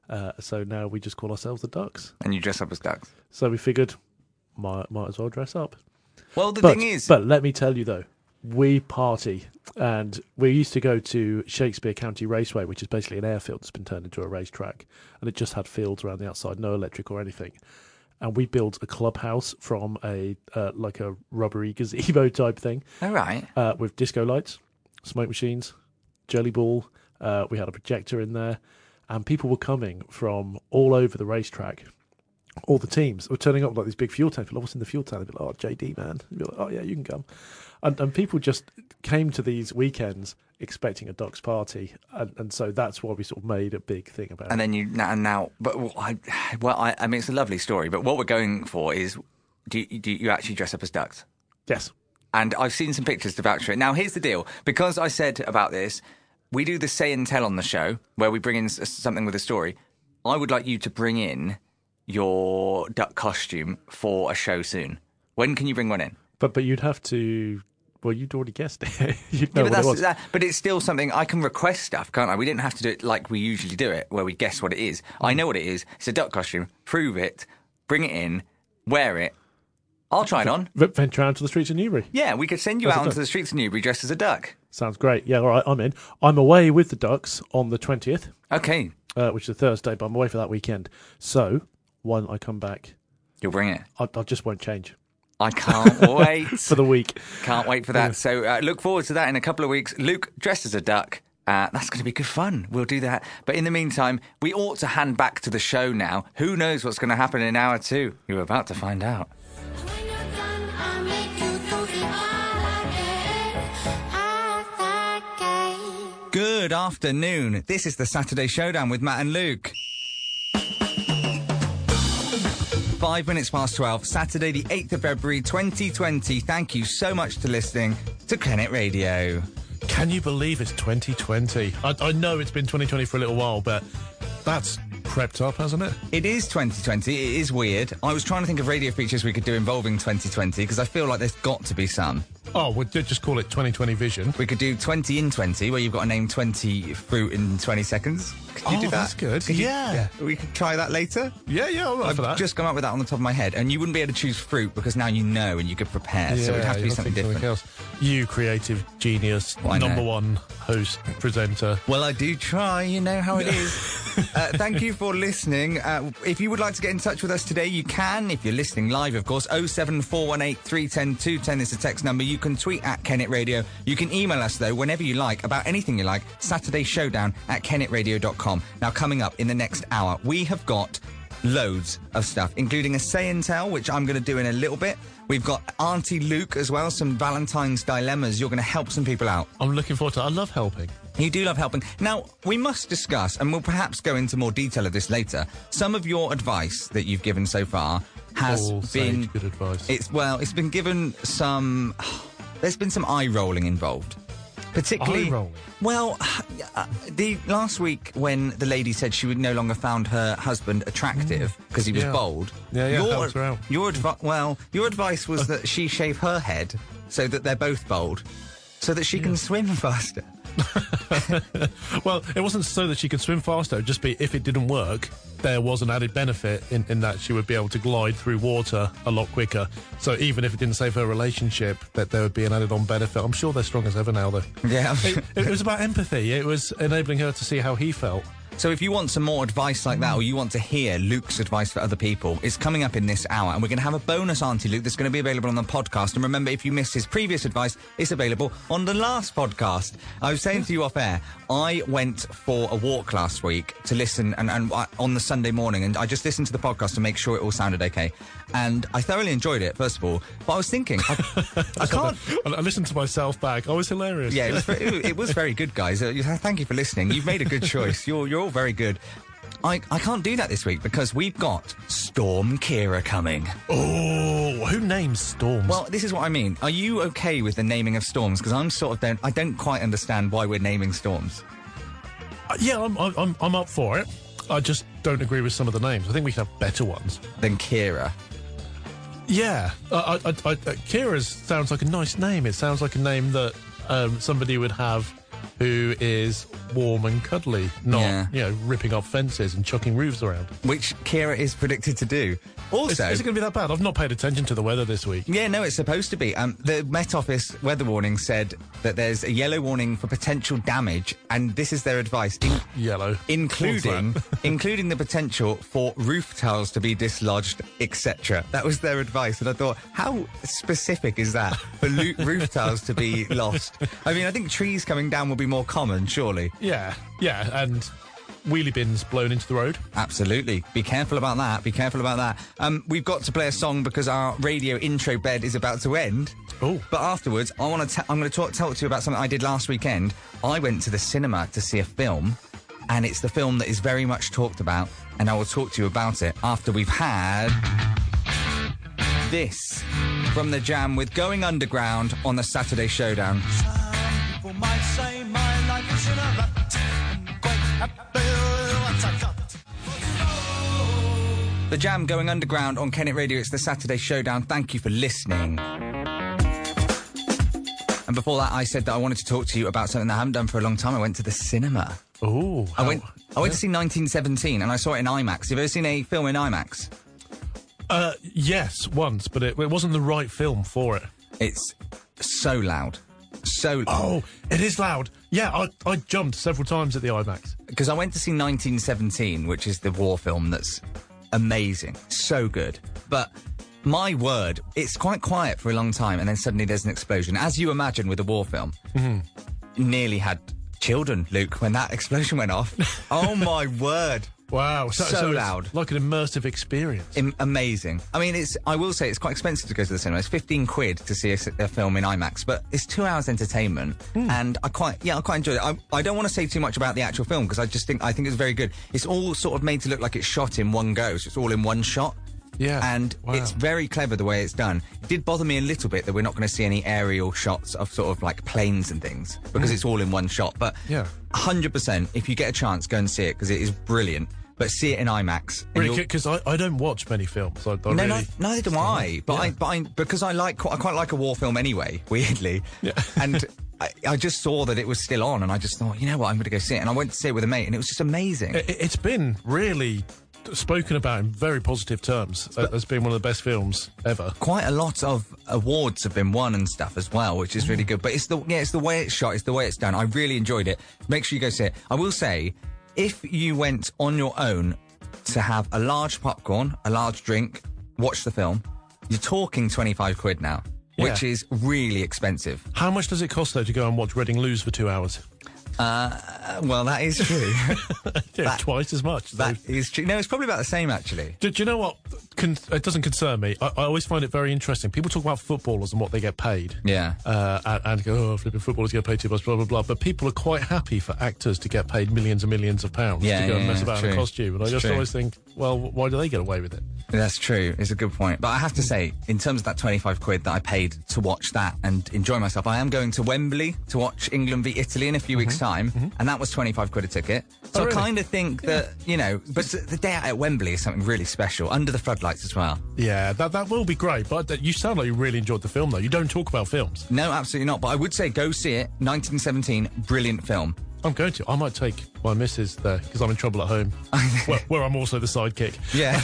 [SPEAKER 2] Uh, so now we just call ourselves the ducks.
[SPEAKER 1] And you dress up as ducks.
[SPEAKER 2] So we figured, might might as well dress up.
[SPEAKER 1] Well, the thing is,
[SPEAKER 2] But let me tell you though, we party, and we used to go to Shakespeare County Raceway, which is basically an airfield that's been turned into a racetrack, and it just had fields around the outside, no electric or anything. And we built a clubhouse from a uh, like a rubbery gazebo type thing
[SPEAKER 1] all right.
[SPEAKER 2] uh, with disco lights, smoke machines, jelly ball. Uh, we had a projector in there, and people were coming from all over the racetrack. All the teams were turning up like these big fuel tanks. Like, what's in the fuel tank? They'd be like, oh, JD, man. You'd be like, oh, yeah, you can come. And, and people just came to these weekends expecting a Ducks party. And, and so that's why we sort of made a big thing about
[SPEAKER 1] And
[SPEAKER 2] it.
[SPEAKER 1] then you now, now but well, I, well, I, I mean, it's a lovely story. But what we're going for is, do you, do you actually dress up as ducks?
[SPEAKER 2] Yes.
[SPEAKER 1] And I've seen some pictures to vouch for it. Now, here's the deal: because I said about this, we do the say and tell on the show where we bring in s- something with a story. I would like you to bring in your duck costume for a show soon. When can you bring one in?
[SPEAKER 2] But but you'd have to, well, you'd already guessed it. you'd
[SPEAKER 1] but,
[SPEAKER 2] know what it
[SPEAKER 1] that's,
[SPEAKER 2] was.
[SPEAKER 1] that, but it's still something I can request stuff, can't I? We didn't have to do it like we usually do it, where we guess what it is. I
[SPEAKER 2] Mm.
[SPEAKER 1] know what it is. It's a duck costume. Prove it. Bring it in. Wear it. I'll try it on.
[SPEAKER 2] Rip Venture out to the streets of Newbury.
[SPEAKER 1] Yeah, we could send you
[SPEAKER 2] As a
[SPEAKER 1] out onto
[SPEAKER 2] duck.
[SPEAKER 1] the streets of Newbury dressed as a duck.
[SPEAKER 2] Sounds great. Yeah, all right, I'm in. I'm away with the Ducks on the 20th,
[SPEAKER 1] Okay,
[SPEAKER 2] uh, which is a Thursday, but I'm away for that weekend. So when I come back,
[SPEAKER 1] you'll bring it.
[SPEAKER 2] I, I just won't change
[SPEAKER 1] I can't wait.
[SPEAKER 2] for the week.
[SPEAKER 1] Can't wait for that. So uh, look forward to that in a couple of weeks. Luke dressed as a duck. Uh, that's going to be good fun. We'll do that. But in the meantime, we ought to hand back to the show now. Who knows what's going to happen in hour two? You're about to find out.
[SPEAKER 7] When you're done, I make you do the all again. I again.
[SPEAKER 1] Good afternoon. This is the Saturday Showdown with Matt and Luke. Five minutes past 12, Saturday, the 8th of February, 2020. Thank you so much to listening to Kennet Radio.
[SPEAKER 9] Can you believe it's 2020? I, I know it's been 2020 for a little while, but that's crept up, hasn't it?
[SPEAKER 1] It is 2020. It is weird. I was trying to think of radio features we could do involving 2020 because I feel like there's got to be some.
[SPEAKER 2] Oh, we'll ju- just call it 2020 Vision.
[SPEAKER 1] We could do 20 in 20, where you've got to name 20 fruit in 20 seconds. Could you
[SPEAKER 2] Oh,
[SPEAKER 1] do that?
[SPEAKER 2] that's good.
[SPEAKER 1] Could you-
[SPEAKER 2] Yeah.
[SPEAKER 1] We could try that later.
[SPEAKER 2] Yeah, yeah, all right for that.
[SPEAKER 1] I've just come up with that on the top of my head, and you wouldn't be able to choose fruit because now you know and you could prepare. so it would have to
[SPEAKER 2] you
[SPEAKER 1] be
[SPEAKER 2] gotta
[SPEAKER 1] something
[SPEAKER 2] think
[SPEAKER 1] different.
[SPEAKER 2] else. You creative genius,
[SPEAKER 1] Well, I know.
[SPEAKER 2] number one host, presenter.
[SPEAKER 1] Well, I do try. You know how it is. uh, thank you for listening. Uh, if you would like to get in touch with us today, you can. If you're listening live, of course, 07418 310 210 is the text number. You can tweet at Kennet Radio. You can email us, though, whenever you like, about anything you like. Saturday Showdown at kennetradio.com. Now, coming up in the next hour, we have got loads of stuff, including a say and tell, which I'm going to do in a little bit. We've got Auntie Luke as well, some Valentine's dilemmas. You're going to help some people out.
[SPEAKER 2] I'm looking forward to. I love helping.
[SPEAKER 1] You do love helping. Now, we must discuss, and we'll perhaps go into more detail of this later, some of your advice that you've given so far has
[SPEAKER 2] All sage
[SPEAKER 1] been
[SPEAKER 2] good advice.
[SPEAKER 1] It's well, it's been given some there's been some eye rolling involved. Particularly
[SPEAKER 2] Eye-rolling?
[SPEAKER 1] Well, uh, the last week when the lady said she would no longer found her husband attractive because he was
[SPEAKER 2] Mm. Yeah.
[SPEAKER 1] bold.
[SPEAKER 2] Yeah, yeah,
[SPEAKER 1] your,
[SPEAKER 2] helps her out.
[SPEAKER 1] your advi- well, your advice was that she shave her head so that they're both bold so that she can swim faster.
[SPEAKER 2] Well, it wasn't so that she could swim faster. It'd just be if it didn't work, there was an added benefit in, in that she would be able to glide through water a lot quicker. So even if it didn't save her relationship, that there would be an added on benefit. I'm sure they're strong as ever now, though.
[SPEAKER 1] Yeah.
[SPEAKER 2] It, it was about empathy. It was enabling her to see how he felt.
[SPEAKER 1] So if you want some more advice like that, or you want to hear Luke's advice for other people, it's coming up in this hour, and we're going to have a bonus Auntie Luke that's going to be available on the podcast. And remember, if you missed his previous advice, it's available on the last podcast. I was saying to you off air, I went for a walk last week to listen, and, and I- on the Sunday morning, and I just listened to the podcast to make sure it all sounded okay, and I thoroughly enjoyed it. First of all, but I was thinking, I, I can't.
[SPEAKER 2] I I listened to myself back. I was hilarious.
[SPEAKER 1] Yeah, it was, very, it was very good, guys. Uh, you- Thank you for listening. You've made a good choice. You're you're all very good. I, I can't do that this week because we've got Storm Kira coming.
[SPEAKER 2] Oh, who names storms?
[SPEAKER 1] Well, this is what I mean. Are you okay with the naming of storms? Because I'm sort of don't I don't quite understand why we're naming storms.
[SPEAKER 2] Uh, yeah, I'm, I'm, I'm- I'm up for it. I just don't agree with some of the names. I think we should have better ones.
[SPEAKER 1] Then Kira.
[SPEAKER 2] Yeah, uh, I, I, I, uh, Kira's sounds like a nice name. It sounds like a name that um, somebody would have who is warm and cuddly, not
[SPEAKER 1] Yeah.
[SPEAKER 2] you know ripping up fences and chucking roofs around.
[SPEAKER 1] Which Kira is predicted to do.
[SPEAKER 2] Is,
[SPEAKER 1] Also
[SPEAKER 2] is it going to be that bad? I've not paid attention to the weather this week.
[SPEAKER 1] Yeah, no, it's supposed to be. Um, the Met Office weather warning said that there's a yellow warning for potential damage, and this is their advice. In-
[SPEAKER 2] Yellow,
[SPEAKER 1] including
[SPEAKER 2] What's
[SPEAKER 1] including the potential for roof tiles to be dislodged, etc. That was their advice, and I thought, how specific is that for lo- roof tiles to be lost? I mean, I think trees coming down will be more common, surely.
[SPEAKER 2] that? yeah, yeah, and wheelie bins blown into the road.
[SPEAKER 1] Absolutely. Be careful about that. Be careful about that. Um, we've got to play a song because our radio intro bed is about to end.
[SPEAKER 2] Oh.
[SPEAKER 1] But afterwards, I want to. T- I'm going to talk, talk to you about something I did last weekend. I went to the cinema to see a film, and it's the film that is very much talked about. And I will talk to you about it after we've had this from the Jam with Going Underground on the Saturday Showdown.
[SPEAKER 4] People might say my life is in a rut. I'm quite happy with what I got.
[SPEAKER 1] The Jam Going Underground on Kennet Radio. It's the Saturday Showdown. Thank you for listening. And before that, I said that I wanted to talk to you about something that I haven't done for a long time. I went to the cinema.
[SPEAKER 2] Oh,
[SPEAKER 1] I went. I went to see 1917, and I saw it in IMAX. Have you ever seen a film in IMAX?
[SPEAKER 2] Uh, yes, once, but it, it wasn't the right film for it.
[SPEAKER 1] It's so loud, so
[SPEAKER 2] Oh, it is loud. Yeah, I, I jumped several times at the IMAX.
[SPEAKER 1] because I went to see 1917, which is the war film that's amazing, so good. But my word, it's quite quiet for a long time, and then suddenly there's an explosion, as you imagine with a war film.
[SPEAKER 2] Mm-hmm.
[SPEAKER 1] Nearly had children, Luke, when that explosion went off. oh my word!
[SPEAKER 2] Wow, so,
[SPEAKER 1] So
[SPEAKER 2] so it's
[SPEAKER 1] loud.
[SPEAKER 2] like an immersive experience.
[SPEAKER 1] Im- amazing. I mean, it's. I will say it's quite expensive to go to the cinema. It's fifteen quid to see a, s- a film in IMAX, but it's two hours entertainment,
[SPEAKER 2] Hmm.
[SPEAKER 1] and I quite, yeah, I quite enjoyed it. I, I don't want to say too much about the actual film because I just think I think it's very good. It's all sort of made to look like it's shot in one go, so it's all in one shot.
[SPEAKER 2] Yeah.
[SPEAKER 1] and
[SPEAKER 2] Wow.
[SPEAKER 1] it's very clever the way it's done. It did bother me a little bit that we're not going to see any aerial shots of sort of like planes and things because it's all in one shot. But
[SPEAKER 2] Hmm. Yeah.
[SPEAKER 1] 100%. If you get a chance, go and see it because it is brilliant. but see it in IMAX. and you'll-
[SPEAKER 2] Because I, I don't watch many films. I, I
[SPEAKER 1] no,
[SPEAKER 2] really,
[SPEAKER 1] no, neither do I. But I, but I, because I like, quite, I quite like a war film anyway. Weirdly, yeah. and I, I just saw that it was still on, and I just thought, you know what, I'm going to go see it. And I went to see it with a mate, and it was just amazing.
[SPEAKER 2] It, it's been really spoken about in very positive terms a- as being one of the best films ever.
[SPEAKER 1] quite a lot of awards have been won and stuff as well, which is really
[SPEAKER 2] Mm.
[SPEAKER 1] good. But it's the yeah, it's the way it's shot, it's the way it's done. I really enjoyed it. Make sure you go see it. I will say, if you went on your own to have a large popcorn, a large drink, watch the film, you're talking twenty five quid now, which
[SPEAKER 2] Yeah.
[SPEAKER 1] is really expensive.
[SPEAKER 2] How much does it cost though to go and watch Reading lose for two hours?
[SPEAKER 1] Uh, well, that is true.
[SPEAKER 2] Yeah, twice as much. so-
[SPEAKER 1] that is true. No, it's probably about the same actually.
[SPEAKER 2] Do, do you know what? Con- it doesn't concern me. I, I always find it very interesting. People talk about footballers and what they get paid.
[SPEAKER 1] Yeah.
[SPEAKER 2] Uh, and, and go, oh, flipping footballers get paid too much, blah, blah, blah. But people are quite happy for actors to get paid millions and millions of pounds
[SPEAKER 1] Yeah,
[SPEAKER 2] to go
[SPEAKER 1] yeah,
[SPEAKER 2] and mess
[SPEAKER 1] yeah,
[SPEAKER 2] about in a
[SPEAKER 1] true.
[SPEAKER 2] costume. And I
[SPEAKER 1] It's
[SPEAKER 2] just
[SPEAKER 1] true.
[SPEAKER 2] always think, well, wh- why do they get away with it?
[SPEAKER 1] That's true. It's a good point. But I have to say, in terms of that 25 quid that I paid to watch that and enjoy myself, I am going to Wembley to watch England v Italy in a few weeks' time. And that was 25 quid a ticket. So
[SPEAKER 2] really?
[SPEAKER 1] I kind of think that, you know, but the day out at Wembley is something really special, under the floodlights as well.
[SPEAKER 2] Yeah, that, that will be great. But that- you sound like you really enjoyed the film, though. You don't talk about films.
[SPEAKER 1] No, absolutely not. But I would say go see it. 1917, brilliant film.
[SPEAKER 2] I'm going to. I might take my missus there because I'm in trouble at home, where, where I'm also the sidekick.
[SPEAKER 1] Yeah.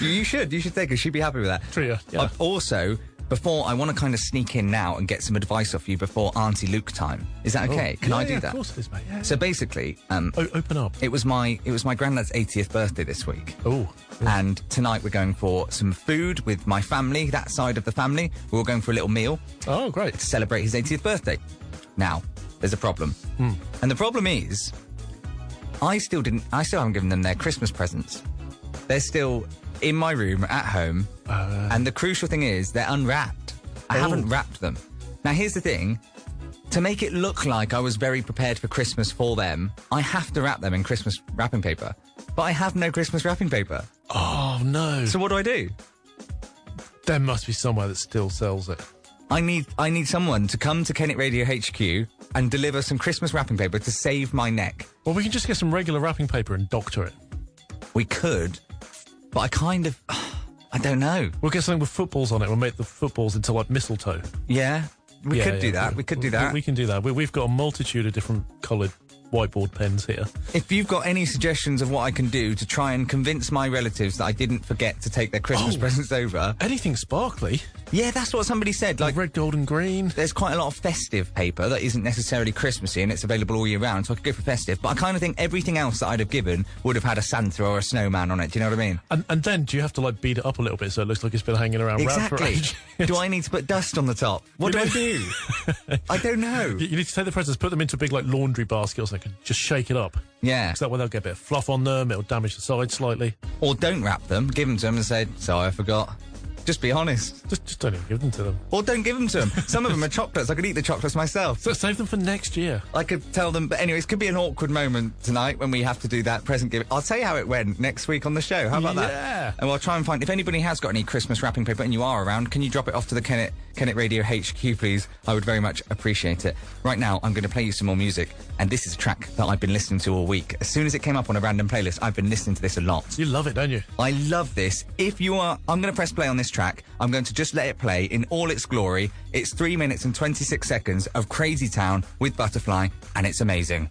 [SPEAKER 1] you should. You should take her. She'd be happy with that.
[SPEAKER 2] True, yeah, yeah.
[SPEAKER 1] Uh, also, before I want to kind of sneak in now and get some advice off you before Auntie Luke time. Is that okay? Can
[SPEAKER 2] Oh. Yeah,
[SPEAKER 1] I do
[SPEAKER 2] yeah,
[SPEAKER 1] that?
[SPEAKER 2] Of course it is, mate. Yeah.
[SPEAKER 1] So basically, um,
[SPEAKER 2] O- open up.
[SPEAKER 1] it was my it was my granddad's 80th birthday this week.
[SPEAKER 2] Oh,
[SPEAKER 1] And tonight we're going for some food with my family, that side of the family. We're all going for a little meal
[SPEAKER 2] oh, great.
[SPEAKER 1] to celebrate his 80th birthday. Now, there's a problem. And the problem is I still didn't I still haven't given them their Christmas presents. They're still in my room at home. and the crucial thing is they're unwrapped. I haven't wrapped them. Now here's the thing. To make it look like I was very prepared for Christmas for them, I have to wrap them in Christmas wrapping paper. But I have no Christmas wrapping paper.
[SPEAKER 2] Oh no.
[SPEAKER 1] So what do I do?
[SPEAKER 2] There must be somewhere that still sells it.
[SPEAKER 1] I need I need someone to come to Kennet Radio HQ and deliver some Christmas wrapping paper to save my neck.
[SPEAKER 2] Well, we can just get some regular wrapping paper and doctor it.
[SPEAKER 1] We could, but I kind of I don't know.
[SPEAKER 2] We'll get something with footballs on it. We'll make the footballs into like mistletoe.
[SPEAKER 1] Yeah. We
[SPEAKER 2] Yeah,
[SPEAKER 1] could do
[SPEAKER 2] yeah.
[SPEAKER 1] that. We could do
[SPEAKER 2] We-
[SPEAKER 1] that.
[SPEAKER 2] We can do that. We, we've got a multitude of different coloured whiteboard pens here.
[SPEAKER 1] If you've got any suggestions of what I can do to try and convince my relatives that I didn't forget to take their Christmas
[SPEAKER 2] Oh.
[SPEAKER 1] presents over.
[SPEAKER 2] Anything sparkly,
[SPEAKER 1] Yeah, that's what somebody said. Like
[SPEAKER 2] like red, gold, and green.
[SPEAKER 1] there's quite a lot of festive paper that isn't necessarily Christmassy and it's available all year round, so I could go for festive. But I kind of think everything else that I'd have given would have had a Santa or a snowman on it. Do you know what I mean?
[SPEAKER 2] And, and then do you have to like beat it up a little bit so it looks like it's been hanging around wrapped for
[SPEAKER 1] Exactly.
[SPEAKER 2] ages?
[SPEAKER 1] do I need to put dust on the top? What do I do? I don't know.
[SPEAKER 2] You you need to take the presents, put them into a big like laundry basket or something, and just shake it up.
[SPEAKER 1] Yeah.
[SPEAKER 2] So that way they'll get a bit of fluff on them. It'll damage the sides slightly.
[SPEAKER 1] Or don't wrap them. Give them to them and say, sorry, I forgot. Just be honest.
[SPEAKER 2] Just, just don't even give them to them.
[SPEAKER 1] Or don't give them to them. Some of them are chocolates. I could eat the chocolates myself.
[SPEAKER 2] So save them for next year.
[SPEAKER 1] I could tell them. But anyways, could be an awkward moment tonight when we have to do that present giving. I'll tell you how it went next week on the show. How about
[SPEAKER 2] Yeah.
[SPEAKER 1] that? And we'll try and find. If anybody has got any Christmas wrapping paper and you are around, can you drop it off to the Kennet Kennet Radio HQ, please? I would very much appreciate it. Right now, I'm going to play you some more music, and this is a track that I've been listening to all week. As soon as it came up on a random playlist, I've been listening to this a lot.
[SPEAKER 2] You love it, don't you?
[SPEAKER 1] I love this. If you are, I'm going to press play on this track. I'm going to just let it play in all its glory. It's three minutes and 26 seconds of Crazy Town with Butterfly, and it's amazing.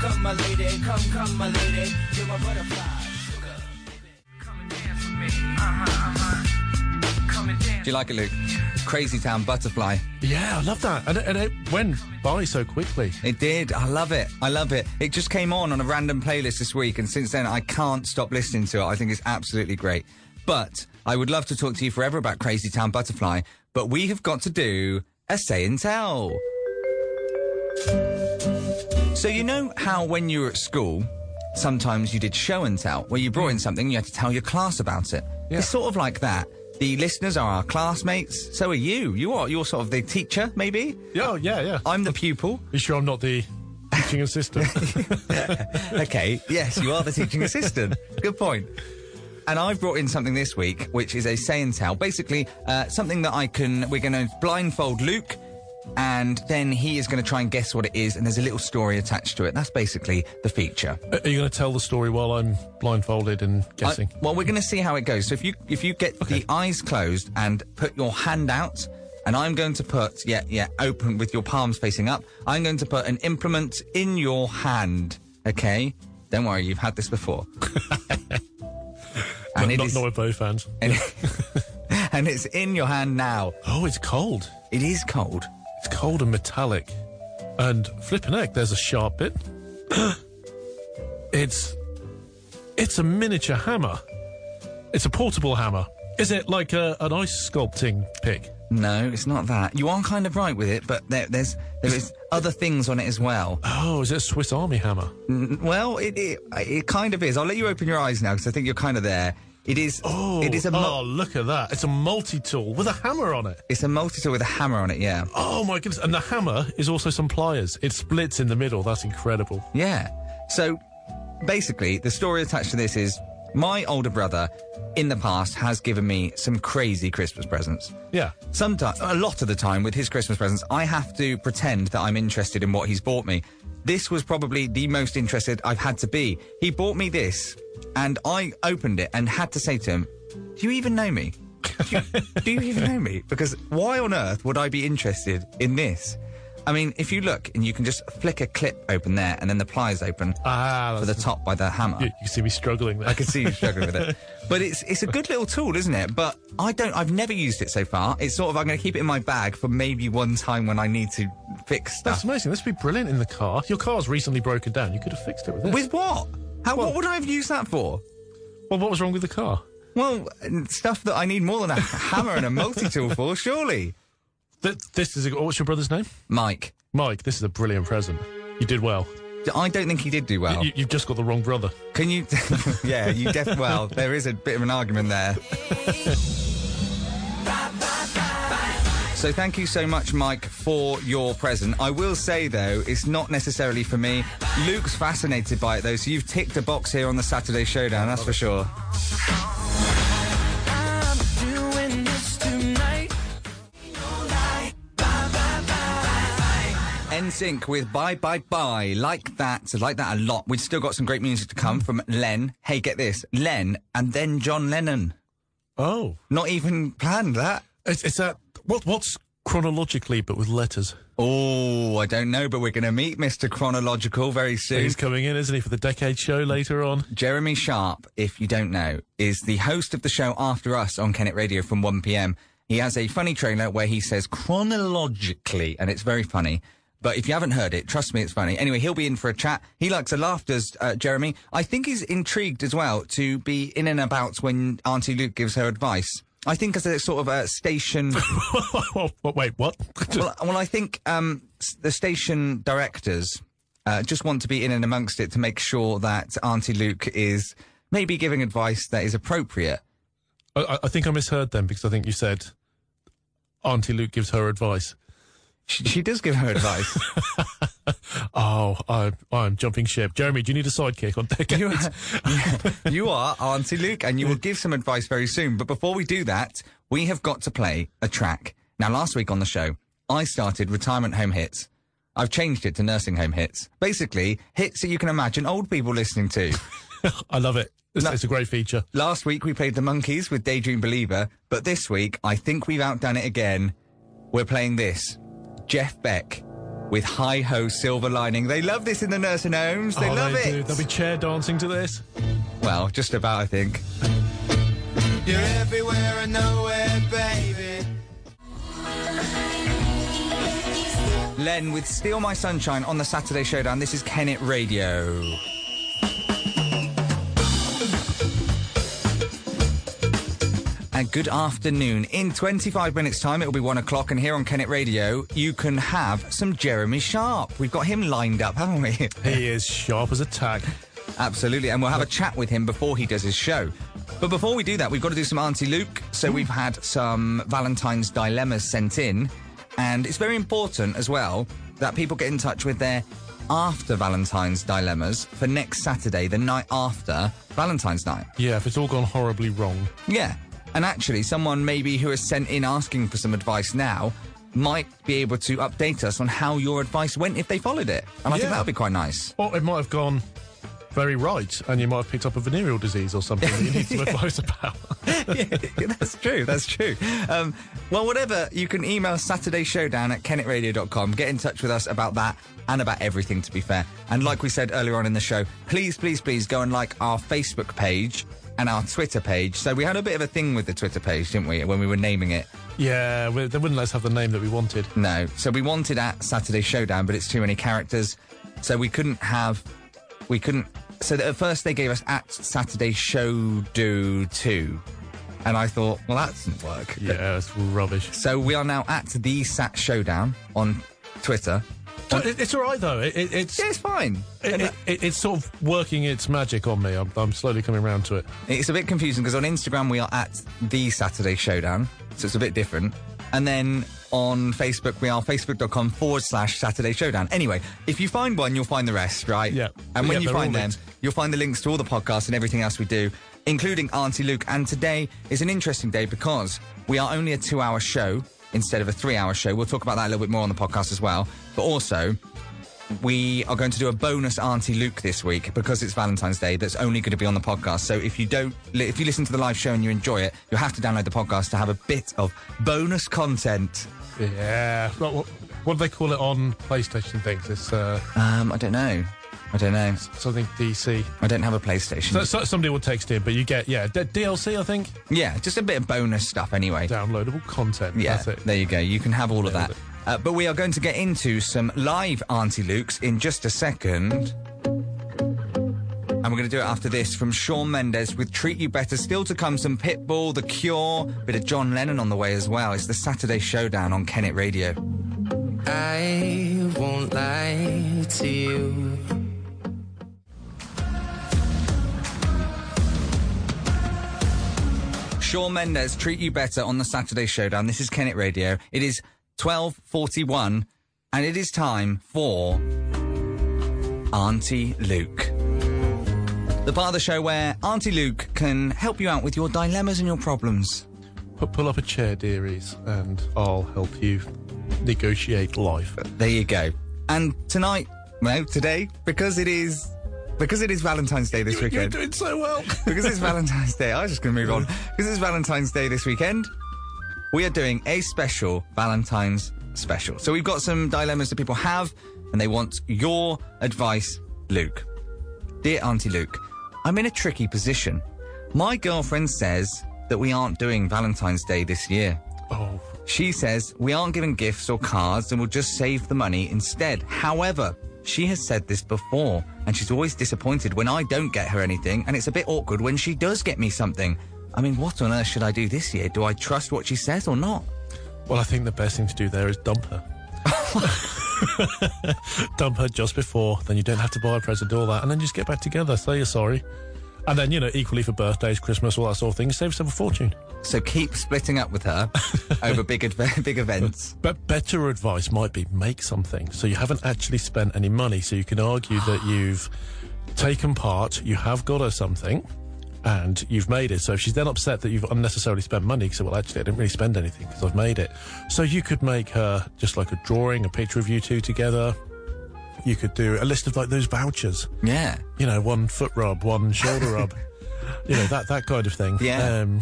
[SPEAKER 4] Come, my lady, come, come, my lady. You're my butterfly, sugar. Come and dance with me. Uh huh, uh huh. Come and dance.
[SPEAKER 1] Do you like it, Luke? Crazy Town Butterfly.
[SPEAKER 2] Yeah, I love that. And, it- and it went by so quickly.
[SPEAKER 1] It did. I love it. I love it. It just came on on a random playlist this week, and since then, I can't stop listening to it. I think it's absolutely great. But I would love to talk to you forever about Crazy Town Butterfly, but we have got to do a say and tell. So, you know how when you were at school, sometimes you did show and tell, where you brought in something, you had to tell your class about it. It's sort of like that. The listeners are our classmates. So are you. You are. You're sort of the teacher, maybe.
[SPEAKER 2] Yeah, oh, yeah, yeah.
[SPEAKER 1] I'm the pupil.
[SPEAKER 2] You sure I'm not the teaching assistant?
[SPEAKER 1] Okay, yes, you are the teaching assistant. Good point. And I've brought in something this week, which is a say and tell. Basically, uh, something that I can. We're going to blindfold Luke, and then he is going to try and guess what it is. And there's a little story attached to it. That's basically the feature.
[SPEAKER 2] Are you going to tell the story while I'm blindfolded and
[SPEAKER 1] I-
[SPEAKER 2] guessing?
[SPEAKER 1] well, we're going to see how it goes. So if you if you get the eyes closed and put your hand out, and I'm going to put yeah yeah open with your palms facing up. I'm going to put an implement in your hand. Okay, don't worry, you've had this before. and it
[SPEAKER 2] not,
[SPEAKER 1] is
[SPEAKER 2] not with both hands.
[SPEAKER 1] and, and it's in your hand now.
[SPEAKER 2] Oh, it's cold.
[SPEAKER 1] It is cold.
[SPEAKER 2] It's cold and metallic. And flipping heck, there's a sharp bit. it's it's a miniature hammer. It's a portable hammer. Is it like a, an ice sculpting pick?
[SPEAKER 1] No, it's not that. You are kind of right with it, but there, there's there is other things on it as well.
[SPEAKER 2] Oh, is it a Swiss Army hammer?
[SPEAKER 1] N- Well, it it, it kind of is. I'll let you open your eyes now because I think you're kind of there. It is.
[SPEAKER 2] Oh,
[SPEAKER 1] it is a mul-
[SPEAKER 2] oh, look at that! It's a multi-tool with a hammer on it.
[SPEAKER 1] it's a multi-tool with a hammer on it. Yeah,
[SPEAKER 2] Oh my goodness! And the hammer is also some pliers. It splits in the middle. That's incredible.
[SPEAKER 1] yeah. So basically, the story attached to this is my older brother in the past has given me some crazy Christmas presents.
[SPEAKER 2] Yeah.
[SPEAKER 1] sometimes a lot of the time with his christmas presents i have to pretend that i'm interested in what he's bought me this was probably the most interested i've had to be he bought me this and i opened it and had to say to him do you even know me do you, do you even know me because why on earth would i be interested in this i mean if you look and you can just flick a clip open there and then the pliers open
[SPEAKER 2] Ah,
[SPEAKER 1] for the
[SPEAKER 2] that's-
[SPEAKER 1] top by the hammer
[SPEAKER 2] you, you can see me struggling there.
[SPEAKER 1] I can see you struggling with it. But it's it's a good little tool, isn't it? But I don't I've never used it so far. It's sort of I'm gonna keep it in my bag for maybe one time when I need to fix
[SPEAKER 2] That's
[SPEAKER 1] stuff.
[SPEAKER 2] amazing. This would be brilliant in the car. Your car's recently broken down. You could have fixed it with this.
[SPEAKER 1] With what? How
[SPEAKER 2] Well-
[SPEAKER 1] what would I have used that for?
[SPEAKER 2] well, what was wrong with the car?
[SPEAKER 1] Well, stuff that I need more than a hammer and a multi tool for, surely.
[SPEAKER 2] Th- this is. A, what's your brother's name?
[SPEAKER 1] Mike,
[SPEAKER 2] Mike. This is a brilliant present. You did well.
[SPEAKER 1] I don't think he did do well.
[SPEAKER 2] You, you've just got the wrong brother.
[SPEAKER 1] Can you? yeah, you def. Well, there is a bit of an argument there. So thank you so much, Mike, for your present. I will say though, it's not necessarily for me. Luke's fascinated by it though, so you've ticked a box here on the Saturday Showdown, that's for sure.
[SPEAKER 5] I'm doing this tonight.
[SPEAKER 1] NSYNC with Bye Bye Bye. Like that. Like that a lot. We've still got some great music to come from Len. Hey, get this. Len and then John Lennon.
[SPEAKER 2] Oh,
[SPEAKER 1] Not even planned that.
[SPEAKER 2] it's, it's that. What what's chronologically, but with letters?
[SPEAKER 1] Oh, I don't know, but we're going to meet Mr. Chronological very soon.
[SPEAKER 2] He's coming in, isn't he, for the decade show later on?
[SPEAKER 1] Jeremy Sharp, if you don't know, is the host of the show After Us on Kennet Radio from 1 p.m. He has a funny trailer where he says chronologically, and it's very funny. But if you haven't heard it, trust me, it's funny. Anyway, he'll be in for a chat. He likes a laugh, does uh, Jeremy? I think he's intrigued as well to be in and about when Auntie Luke gives her advice. I think as a sort of a station.
[SPEAKER 2] Oh, Wait, what?
[SPEAKER 1] Well, well, I think um, s- the station directors uh, just want to be in and amongst it to make sure that Auntie Luke is maybe giving advice that is appropriate.
[SPEAKER 2] I- I, I think I misheard then because I think you said Auntie Luke gives her advice.
[SPEAKER 1] She, she does give her advice.
[SPEAKER 2] Oh, I, I'm jumping ship. Jeremy, do you need a sidekick on decades?
[SPEAKER 1] you, are, you are Auntie Luke, and you will give some advice very soon. But before we do that, we have got to play a track. Now, last week on the show, I started retirement home hits. I've changed it to nursing home hits. Basically, hits that you can imagine old people listening to.
[SPEAKER 2] I love it. It's,
[SPEAKER 1] No.
[SPEAKER 2] it's a great feature.
[SPEAKER 1] Last week we played the Monkeys with Daydream Believer, but this week I think we've outdone it again. We're playing this Jeff Beck with Hi Ho Silver Lining. They love this in the nursing homes. They
[SPEAKER 2] Oh,
[SPEAKER 1] love
[SPEAKER 2] they do.
[SPEAKER 1] it.
[SPEAKER 2] They'll be chair dancing to this.
[SPEAKER 1] Well, just about, I think.
[SPEAKER 4] You're everywhere and nowhere, baby.
[SPEAKER 1] Len with Steal My Sunshine on the Saturday Showdown. This is Kennet Radio. And good afternoon. In 25 minutes' time, it'll be one o'clock, and here on Kennet Radio, you can have some Jeremy Sharp. We've got him lined up, haven't we?
[SPEAKER 2] He is sharp as a tack.
[SPEAKER 1] Absolutely, and we'll have a chat with him before he does his show. But before we do that, we've got to do some Auntie Luke. So we've had some Valentine's dilemmas sent in, and it's very important as well that people get in touch with their after Valentine's Dilemmas for next Saturday, the night after Valentine's Night.
[SPEAKER 2] Yeah, if it's all gone horribly wrong.
[SPEAKER 1] Yeah. And actually, someone maybe who has sent in asking for some advice now might be able to update us on how your advice went if they followed it. And I
[SPEAKER 2] Yeah.
[SPEAKER 1] think that would be quite nice.
[SPEAKER 2] Or it might have gone very right, and you might have picked up a venereal disease or something that you need some advice about.
[SPEAKER 1] that's true. That's true. Um, well, whatever, you can email Saturday Showdown at kennetradio.com. Get in touch with us about that and about everything, to be fair. And like we said earlier on in the show, please, please, please go and like our Facebook page and our Twitter page. So we had a bit of a thing with the Twitter page, didn't we, when we were naming it?
[SPEAKER 2] yeah, we- they wouldn't let us have the name that we wanted.
[SPEAKER 1] No. So we wanted at Saturday Showdown, but it's too many characters. So we couldn't have. We couldn't. So that at first they gave us at Saturday Show Do 2. And I thought, well, that doesn't work.
[SPEAKER 2] Yeah, it's rubbish.
[SPEAKER 1] So we are now at the Sat Showdown on Twitter.
[SPEAKER 2] So it- it's all right though. It, it, it's
[SPEAKER 1] Yeah, it's fine.
[SPEAKER 2] it, it, it- it's sort of working its magic on me. I'm, I'm slowly coming round to it.
[SPEAKER 1] It's a bit confusing because on Instagram we are at the Saturday Showdown, so it's a bit different. And then on Facebook we are facebook.com forward slash Saturday Showdown. Anyway, if you find one, you'll find the rest, right?
[SPEAKER 2] Yeah.
[SPEAKER 1] And when
[SPEAKER 2] Yeah,
[SPEAKER 1] you
[SPEAKER 2] they're all
[SPEAKER 1] find them,
[SPEAKER 2] linked.
[SPEAKER 1] you'll find the links to all the podcasts and everything else we do, including Auntie Luke. And today is an interesting day because we are only a two hour show instead of a three hour show. We'll talk about that a little bit more on the podcast as well. But also, we are going to do a bonus Auntie Luke this week because it's Valentine's Day. That's only going to be on the podcast. So if you don't, li- if you listen to the live show and you enjoy it, you'll have to download the podcast to have a bit of bonus content.
[SPEAKER 2] Yeah. What, what, what do they call it on PlayStation things? It's uh,
[SPEAKER 1] Um, I don't know. I don't know.
[SPEAKER 2] something DC.
[SPEAKER 1] I don't have a PlayStation.
[SPEAKER 2] So, so, somebody will text in, but you get yeah d- DLC. I think
[SPEAKER 1] yeah, just a bit of bonus stuff anyway.
[SPEAKER 2] downloadable content.
[SPEAKER 1] Yeah,
[SPEAKER 2] That's it.
[SPEAKER 1] there you go. You can have all of that.
[SPEAKER 2] Nailed it.
[SPEAKER 1] Uh, but we are going to get into some live Auntie Luke's in just a second. And we're going to do it after this from Sean Mendes with Treat You Better. Still to come, some Pitbull, The Cure, bit of John Lennon on the way as well. It's the Saturday Showdown on Kennet Radio.
[SPEAKER 5] I won't lie to you.
[SPEAKER 1] Shawn Mendes, treat you better on the Saturday Showdown. This is Kennet Radio. It is 12:41 and it is time for Auntie Luke. The part of the show where Auntie Luke can help you out with your dilemmas and your problems.
[SPEAKER 2] Pu- pull up a chair, dearies, and I'll help you negotiate life.
[SPEAKER 1] There you go. And tonight, well, today because it is because it is Valentine's Day this
[SPEAKER 2] You're
[SPEAKER 1] weekend.
[SPEAKER 2] doing so well.
[SPEAKER 1] because it's Valentine's Day, I was just going to move on. Because it's Valentine's Day this weekend, we are doing a special Valentine's special. So we've got some dilemmas that people have, and they want your advice, Luke. Dear Auntie Luke, I'm in a tricky position. My girlfriend says that we aren't doing Valentine's Day this year.
[SPEAKER 2] oh,
[SPEAKER 1] She says we aren't giving gifts or cards and we'll just save the money instead. However, she has said this before and she's always disappointed when I don't get her anything and it's a bit awkward when she does get me something. I mean, what on earth should I do this year? Do I trust what she says or not?
[SPEAKER 2] Well, I think the best thing to do there is dump her. dump her just before, then you don't have to buy a present, all that, and then just get back together, say you're sorry. And then, you know, equally for birthdays, Christmas, all that sort of thing, save yourself a fortune.
[SPEAKER 1] So keep splitting up with her over big adve- big events.
[SPEAKER 2] But better advice might be make something. So you haven't actually spent any money, so you can argue that you've taken part, you have got her something, and you've made it. So if she's then upset that you've unnecessarily spent money, because well, actually, I didn't really spend anything because I've made it. So you could make her just like a drawing, a picture of you two together. You could do a list of like those vouchers.
[SPEAKER 1] Yeah.
[SPEAKER 2] You know, one foot rub, one shoulder rub. You know that that kind of thing.
[SPEAKER 1] Yeah.
[SPEAKER 2] Um,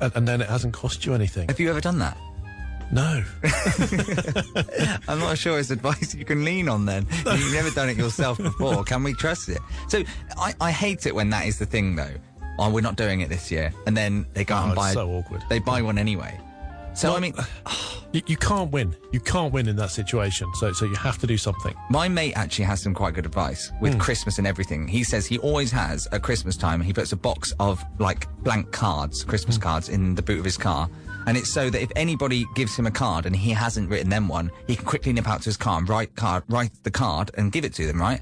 [SPEAKER 2] and, and then it hasn't cost you anything.
[SPEAKER 1] Have you ever done that?
[SPEAKER 2] No.
[SPEAKER 1] I'm not sure it's advice you can lean on then. You've never done it yourself before. Can we trust it? So I, I hate it when that is the thing though. Oh, we're not doing it this year. And then they go out
[SPEAKER 2] Oh,
[SPEAKER 1] and
[SPEAKER 2] it's
[SPEAKER 1] buy
[SPEAKER 2] so awkward.
[SPEAKER 1] They buy one anyway. So I mean
[SPEAKER 2] You, you can't win. You can't win in that situation. So, so you have to do something.
[SPEAKER 1] my mate actually has some quite good advice with Christmas and everything. He says he always has at Christmas time, he puts a box of like blank cards, Christmas cards, in the boot of his car. And it's so that if anybody gives him a card and he hasn't written them one, he can quickly nip out to his car and write card, write the card and give it to them, right?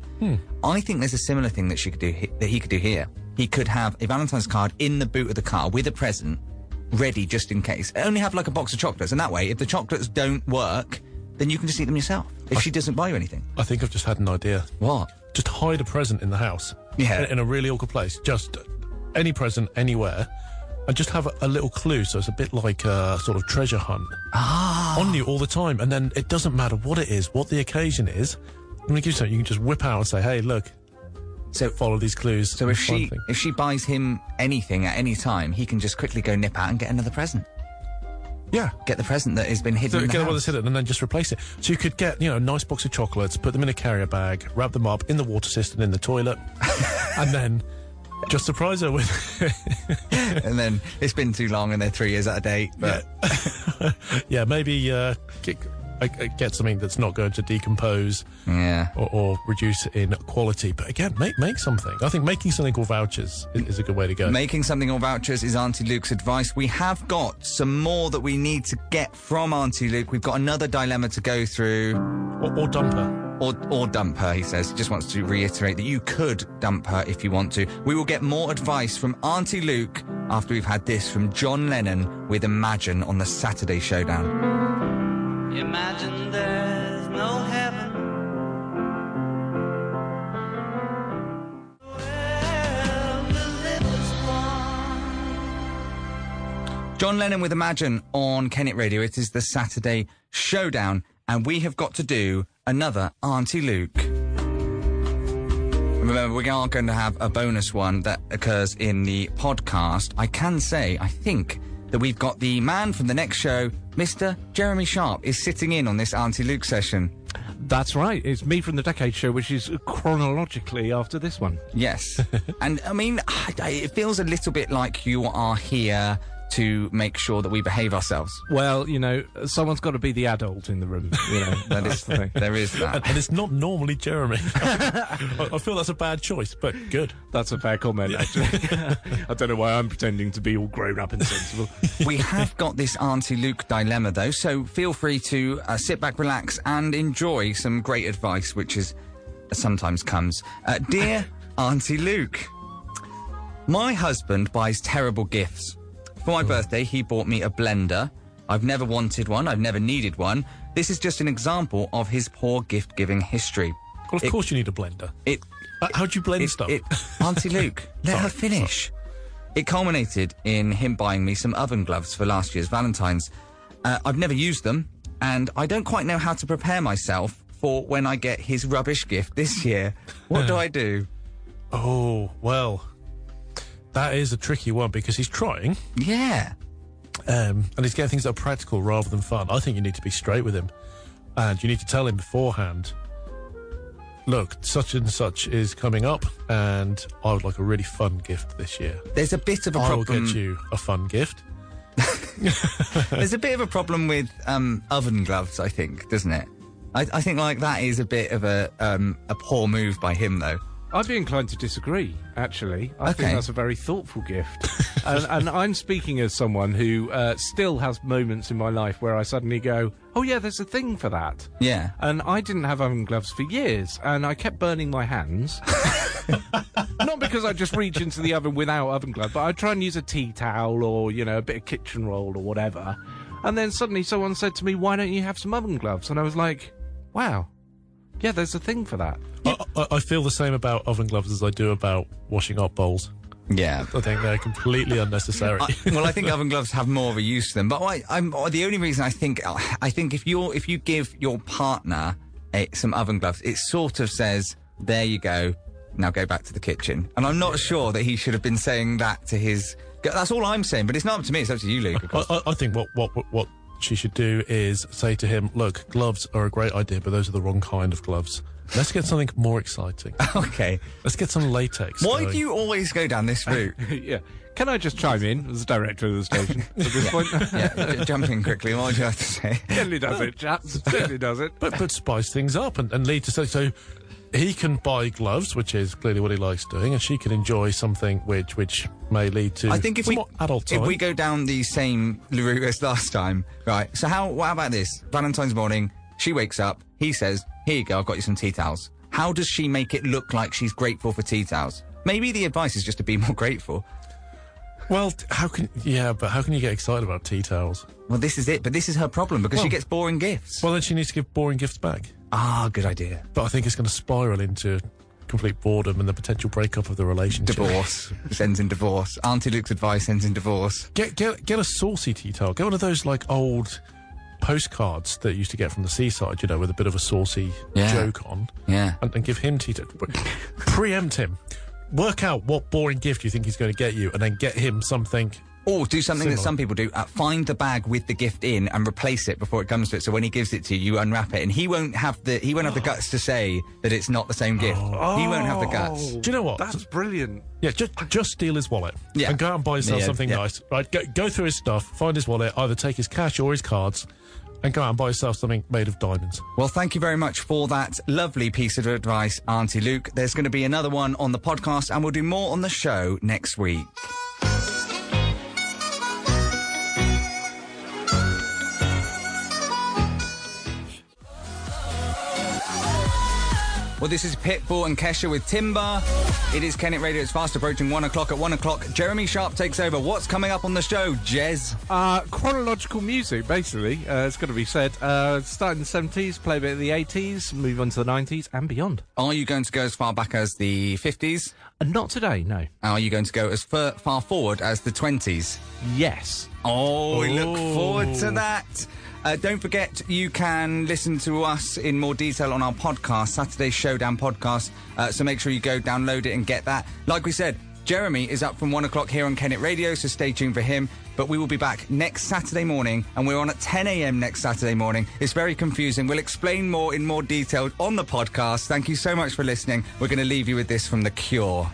[SPEAKER 1] I think there's a similar thing that she could do he- that he could do here. He could have a Valentine's card in the boot of the car with a present ready just in case. Only have like a box of chocolates and that way if the chocolates don't work, then you can just eat them yourself if she doesn't buy you anything.
[SPEAKER 2] I think I've just had an idea.
[SPEAKER 1] What?
[SPEAKER 2] Just hide a present in the house.
[SPEAKER 1] Yeah.
[SPEAKER 2] In, in a really awkward place. Just any present, anywhere. And just have a, a little clue. So it's a bit like a sort of treasure hunt
[SPEAKER 1] Ah.
[SPEAKER 2] on you all the time. And then it doesn't matter what it is, what the occasion is. When it gives you something, you can just whip out and say, hey, look,
[SPEAKER 1] So
[SPEAKER 2] follow these clues.
[SPEAKER 1] so
[SPEAKER 2] and
[SPEAKER 1] if
[SPEAKER 2] find
[SPEAKER 1] she
[SPEAKER 2] things."
[SPEAKER 1] if she buys him anything at any time, he can just quickly go nip out and get another present.
[SPEAKER 2] Yeah.
[SPEAKER 1] Get the present that has been hidden.
[SPEAKER 2] So
[SPEAKER 1] in the
[SPEAKER 2] get one
[SPEAKER 1] house.
[SPEAKER 2] that's hidden and then just replace it. So you could get, you know, a nice box of chocolates, put them in a carrier bag, wrap them up in the water system, in the toilet, and then just surprise her with
[SPEAKER 1] and then it's been too long, and they're three years out of date. But
[SPEAKER 2] yeah, maybe uh, get, uh, get something that's not going to decompose
[SPEAKER 1] yeah.
[SPEAKER 2] or, or reduce in quality. But again, make make something. I think making something called vouchers is, is a good way to go.
[SPEAKER 1] Making something on vouchers is Auntie Luke's advice. We have got some more that we need to get from Auntie Luke. We've got another dilemma to go through,
[SPEAKER 2] or, or dumper.
[SPEAKER 1] or, or dump her, he says. He just wants to reiterate that you could dump her if you want to. We will get more advice from Auntie Luke after we've had this from John Lennon with Imagine on the Saturday Showdown.
[SPEAKER 4] Imagine there's no heaven. Well, the liver's warm.
[SPEAKER 1] John Lennon with Imagine on Kennet Radio. It is the Saturday Showdown, and we have got to do another Auntie Luke. Remember, we are going to have a bonus one that occurs in the podcast. I can say, I think, that we've got the man from the next show, Mr. Jeremy Sharp, is sitting in on this Auntie Luke session.
[SPEAKER 10] That's right. It's me from the Decade Show, which is chronologically after this one.
[SPEAKER 1] Yes. and I mean, I- I- it feels a little bit like you are here to make sure that we behave ourselves.
[SPEAKER 10] Well, you know, someone's got to be the adult in the room. You know,
[SPEAKER 1] That is,
[SPEAKER 10] the thing.
[SPEAKER 1] there is
[SPEAKER 2] And,
[SPEAKER 1] that.
[SPEAKER 2] and it's not normally Jeremy. I, I feel that's a bad choice, but good.
[SPEAKER 10] That's a fair comment, actually. I don't know why I'm pretending to be all grown up and sensible.
[SPEAKER 1] we have got this Auntie Luke dilemma, though, so feel free to uh, sit back, relax, and enjoy some great advice, which is sometimes comes. Uh, dear Auntie Luke, my husband buys terrible gifts. For my birthday, he bought me a blender. I've never wanted one. I've never needed one. This is just an example of his poor gift giving history.
[SPEAKER 2] Well, of course you need a blender.
[SPEAKER 1] It
[SPEAKER 2] Uh, How do you blend
[SPEAKER 1] it-
[SPEAKER 2] stuff?
[SPEAKER 1] it- Auntie Luke, let her finish. It culminated in him buying me some oven gloves for last year's Valentine's. Uh, I've never used them, and I don't quite know how to prepare myself for when I get his rubbish gift this year. What do I do?
[SPEAKER 2] oh well, that is a tricky one because he's trying.
[SPEAKER 1] Yeah.
[SPEAKER 2] um, and he's getting things that are practical rather than fun. I think you need to be straight with him, and you need to tell him beforehand. Look, such and such is coming up, and I would like a really fun gift this year.
[SPEAKER 1] There's a bit of a
[SPEAKER 2] I will
[SPEAKER 1] problem.
[SPEAKER 2] get you a fun gift.
[SPEAKER 1] There's a bit of a problem with um, oven gloves, I think, doesn't it? I, I think like that is a bit of a um, a poor move by him, though.
[SPEAKER 10] I'd be inclined to disagree, actually. I
[SPEAKER 1] Okay.
[SPEAKER 10] think that's a very thoughtful gift. and, and I'm speaking as someone who uh, still has moments in my life where I suddenly go, oh, yeah, there's a thing for that.
[SPEAKER 1] Yeah.
[SPEAKER 10] And I didn't have oven gloves for years, and I kept burning my hands. Not because I just reach into the oven without oven glove, but I'd try and use a tea towel or, you know, a bit of kitchen roll or whatever. And then suddenly someone said to me, why don't you have some oven gloves? And I was like, wow, yeah, there's a thing for that.
[SPEAKER 2] I, I, I feel the same about oven gloves as I do about washing up bowls.
[SPEAKER 1] Yeah.
[SPEAKER 2] I think they're completely unnecessary.
[SPEAKER 1] I, well, I think oven gloves have more of a use to them. But I, I'm uh, the only reason I think uh, I think if you are if you give your partner eh, some oven gloves, it sort of says, "There you go, now go back to the kitchen." And I'm not sure that he should have been saying that to his. That's all I'm saying, but it's not up to me. It's up to you, Luke. Of
[SPEAKER 2] I,
[SPEAKER 1] course.
[SPEAKER 2] I, I think what, what what- what she should do is say to him, "Look, gloves are a great idea, but those are the wrong kind of gloves. Let's get something more exciting.
[SPEAKER 1] okay.
[SPEAKER 2] Let's get some latex."
[SPEAKER 1] Why
[SPEAKER 2] going."
[SPEAKER 1] do you always go down this route?
[SPEAKER 10] yeah. Can I just chime in as the director of the station at this point?
[SPEAKER 1] yeah, j- jump in quickly. What do you have to say?
[SPEAKER 10] Certainly does it, chaps. Certainly does it.
[SPEAKER 2] But but spice things up and, and lead to so so he can buy gloves, which is clearly what he likes doing, and she can enjoy something which which may lead to.
[SPEAKER 1] I think if we
[SPEAKER 2] somewhat adult time.
[SPEAKER 1] if we go down the same route as last time, right? So how what about this? Valentine's morning, she wakes up, he says, "Here you go, I've got you some tea towels." How does she make it look like she's grateful for tea towels? Maybe the advice is just to be more grateful.
[SPEAKER 2] Well, t- how can yeah, but how can you get excited about tea towels?
[SPEAKER 1] Well, this is it, but this is her problem because she
[SPEAKER 2] Well-
[SPEAKER 1] gets boring gifts.
[SPEAKER 2] Well, then she needs to give boring gifts back.
[SPEAKER 1] ah, good idea.
[SPEAKER 2] But I think it's going to spiral into complete boredom and the potential breakup of the relationship.
[SPEAKER 1] Divorce. this ends in divorce. Auntie Luke's advice ends in divorce.
[SPEAKER 2] Get get get a saucy tea towel. Get one of those like old postcards that you used to get from the seaside, you know, with a bit of a saucy
[SPEAKER 1] Yeah.
[SPEAKER 2] joke on,
[SPEAKER 1] Yeah.
[SPEAKER 2] and, and give him tea towel. Preempt him. Work out what boring gift you think he's going to get you, and then get him something.
[SPEAKER 1] Or Oh, do something that
[SPEAKER 2] Similar.
[SPEAKER 1] some people do: uh, find the bag with the gift in and replace it before it comes to it. So when he gives it to you, you unwrap it, and he won't have the he won't have the guts to say that it's not the same gift. He won't have the guts.
[SPEAKER 2] Do you know what?
[SPEAKER 10] That's brilliant.
[SPEAKER 2] Yeah, just just steal his wallet.
[SPEAKER 1] Yeah.
[SPEAKER 2] And go out and buy yourself
[SPEAKER 1] Yeah,
[SPEAKER 2] something
[SPEAKER 1] yeah.
[SPEAKER 2] nice. Right, go, go through his stuff, find his wallet, either take his cash or his cards, and go out and buy yourself something made of diamonds.
[SPEAKER 1] Well, thank you very much for that lovely piece of advice, Auntie Luke. There's going to be another one on the podcast, and we'll do more on the show next week. Well, this is Pitbull and Kesha with Timber. It is Kennet Radio. It's fast approaching one o'clock. At one o'clock, Jeremy Sharp takes over. What's coming up on the show, Jez?
[SPEAKER 10] Uh, chronological music, basically. Uh, it's got to be said. Uh, start in the 70s, play a bit of the 80s, move on to the 90s and beyond.
[SPEAKER 1] Are you going to go as far back as the 50s?
[SPEAKER 10] And not today, no.
[SPEAKER 1] Are you going to go as far, far forward as the 20s?
[SPEAKER 10] Yes.
[SPEAKER 1] Oh, we look forward to that. Uh, don't forget, you can listen to us in more detail on our podcast, Saturday Showdown podcast. Uh, so make sure you go download it and get that. Like we said, Jeremy is up from one o'clock here on Kennet Radio, so stay tuned for him. But we will be back next Saturday morning, and we're on at 10 a.m. next Saturday morning. It's very confusing. We'll explain more in more detail on the podcast. Thank you so much for listening. We're going to leave you with this from The Cure.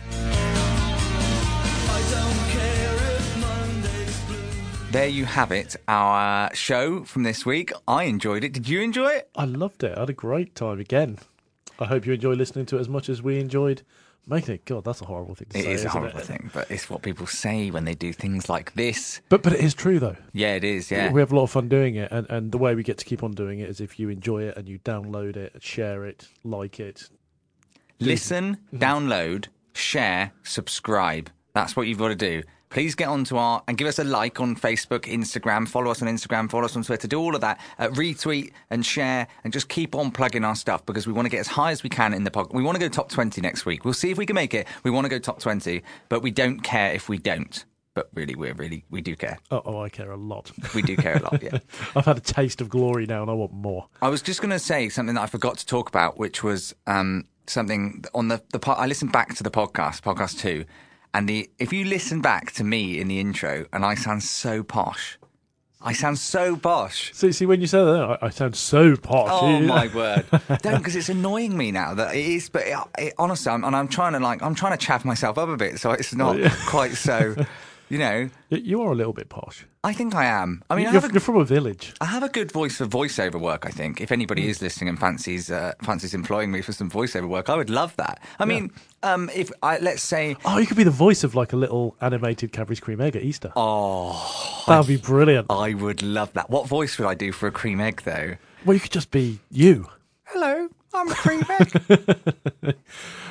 [SPEAKER 1] There you have it, our show from this week. I enjoyed it. Did you enjoy it?
[SPEAKER 3] I loved it. I had a great time again. I hope you enjoy listening to it as much as we enjoyed making it. God, that's a horrible thing to
[SPEAKER 1] It is
[SPEAKER 3] say.
[SPEAKER 1] a
[SPEAKER 3] isn't
[SPEAKER 1] horrible
[SPEAKER 3] it?
[SPEAKER 1] thing, but it's what people say when they do things like this.
[SPEAKER 3] But but it is true though.
[SPEAKER 1] Yeah, it is. Yeah.
[SPEAKER 3] We have a lot of fun doing it, and, and the way we get to keep on doing it is if you enjoy it and you download it, share it, like it.
[SPEAKER 1] Listen, download, share, subscribe. That's what you've got to do. Please get onto our and give us a like on Facebook, Instagram, follow us on Instagram, follow us on Twitter, do all of that, uh, retweet and share, and just keep on plugging our stuff because we want to get as high as we can in the podcast. We want to go top 20 next week. We'll see if we can make it. We want to go top 20, but we don't care if we don't. But really, we're really, we do care.
[SPEAKER 3] Oh, oh I care a lot.
[SPEAKER 1] We do care a lot, yeah.
[SPEAKER 3] I've had a taste of glory now, and I want more.
[SPEAKER 1] I was just going to say something that I forgot to talk about, which was um, something on the the po- I listened back to the podcast, podcast two, and the if you listen back to me in the intro, and I sound so posh, I sound so posh.
[SPEAKER 3] See, see, when you say that, I, I sound so posh.
[SPEAKER 1] Oh my word! Don't because it's annoying me now that it is. But it, it, honestly, I'm, and I'm trying to like I'm trying to chaff myself up a bit, so it's
[SPEAKER 3] Oh,
[SPEAKER 1] not quite so. You know,
[SPEAKER 3] Y- You are a little bit posh.
[SPEAKER 1] I think I am. I mean, I
[SPEAKER 3] you're,
[SPEAKER 1] have a
[SPEAKER 3] you're from a village.
[SPEAKER 1] I have a good voice for voiceover work. I think if anybody is listening and fancies uh, fancies employing me for some voiceover work, I would love that. I mean, um, if I let's say,
[SPEAKER 3] Oh, you could be the voice of like a little animated Cadbury's Cream Egg at Easter. Oh, that'd be brilliant.
[SPEAKER 1] I Oh. would love that. What voice would I do for a cream egg though?
[SPEAKER 3] Well, you could just be you.
[SPEAKER 1] Hello, I'm a cream egg.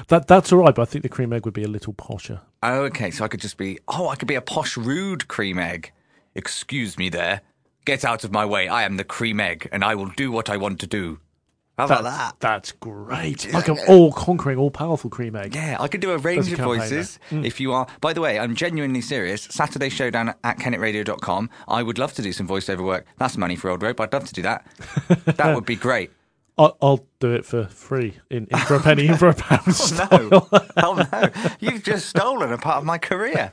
[SPEAKER 3] That that's all right, but I think the cream egg would be a little posher.
[SPEAKER 1] oh, okay, so I could just be. Oh, I could be a posh, rude cream egg. Excuse me, there. Get out of my way. I am the cream egg, and I will do what I want to do. How about
[SPEAKER 3] That's,
[SPEAKER 1] that?
[SPEAKER 3] that's great. Like an all conquering, all powerful cream egg.
[SPEAKER 1] Yeah, I could do a range
[SPEAKER 3] As a
[SPEAKER 1] of
[SPEAKER 3] campaigner.
[SPEAKER 1] voices if you are. By the way, I'm genuinely serious. Saturday Showdown at kennetradio.com. I would love to do some voiceover work. That's money for old rope. I'd love to do that. that would be great.
[SPEAKER 3] I'll, I'll do it for free in, in for a penny, in for a pound.
[SPEAKER 1] No. oh, no. You've just stolen a part of my career.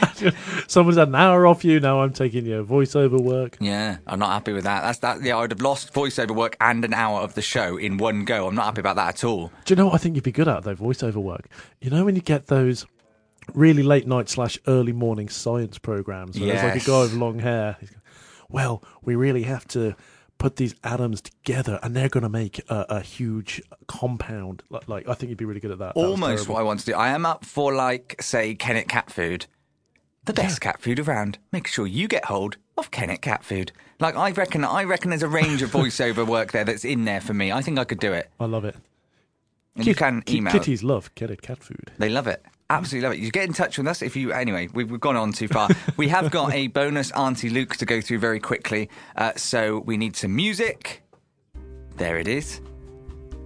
[SPEAKER 3] Someone's had an hour off you. Now I'm taking your voiceover work.
[SPEAKER 1] yeah, I'm not happy with that. That's that. Yeah, I would have lost voiceover work and an hour of the show in one go. I'm not happy about that at all.
[SPEAKER 3] Do you know what I think you'd be good at though? Voiceover work. You know when you get those really late night slash early morning science programs where there's like
[SPEAKER 1] Yes.
[SPEAKER 3] a guy with long hair. He's go- well, we really have to put these atoms together, and they're going to make a, a huge compound. Li- Like, I think you'd be really good at that. That was
[SPEAKER 1] Almost
[SPEAKER 3] terrible.
[SPEAKER 1] what I want to do. I am up for, like, say, Kennet cat food. The best cat food around. Make sure you get hold of Kennet cat food. Like I reckon, I reckon there's a range of voiceover work there that's in there for me. I think I could do it.
[SPEAKER 3] I love it.
[SPEAKER 1] And you can
[SPEAKER 3] Kit-
[SPEAKER 1] email.
[SPEAKER 3] Kitties love kitted cat food.
[SPEAKER 1] They love it. Absolutely love it. You get in touch with us if you. Anyway, we've, we've gone on too far. we have got a bonus Auntie Luke to go through very quickly. Uh, so we need some music. There it is.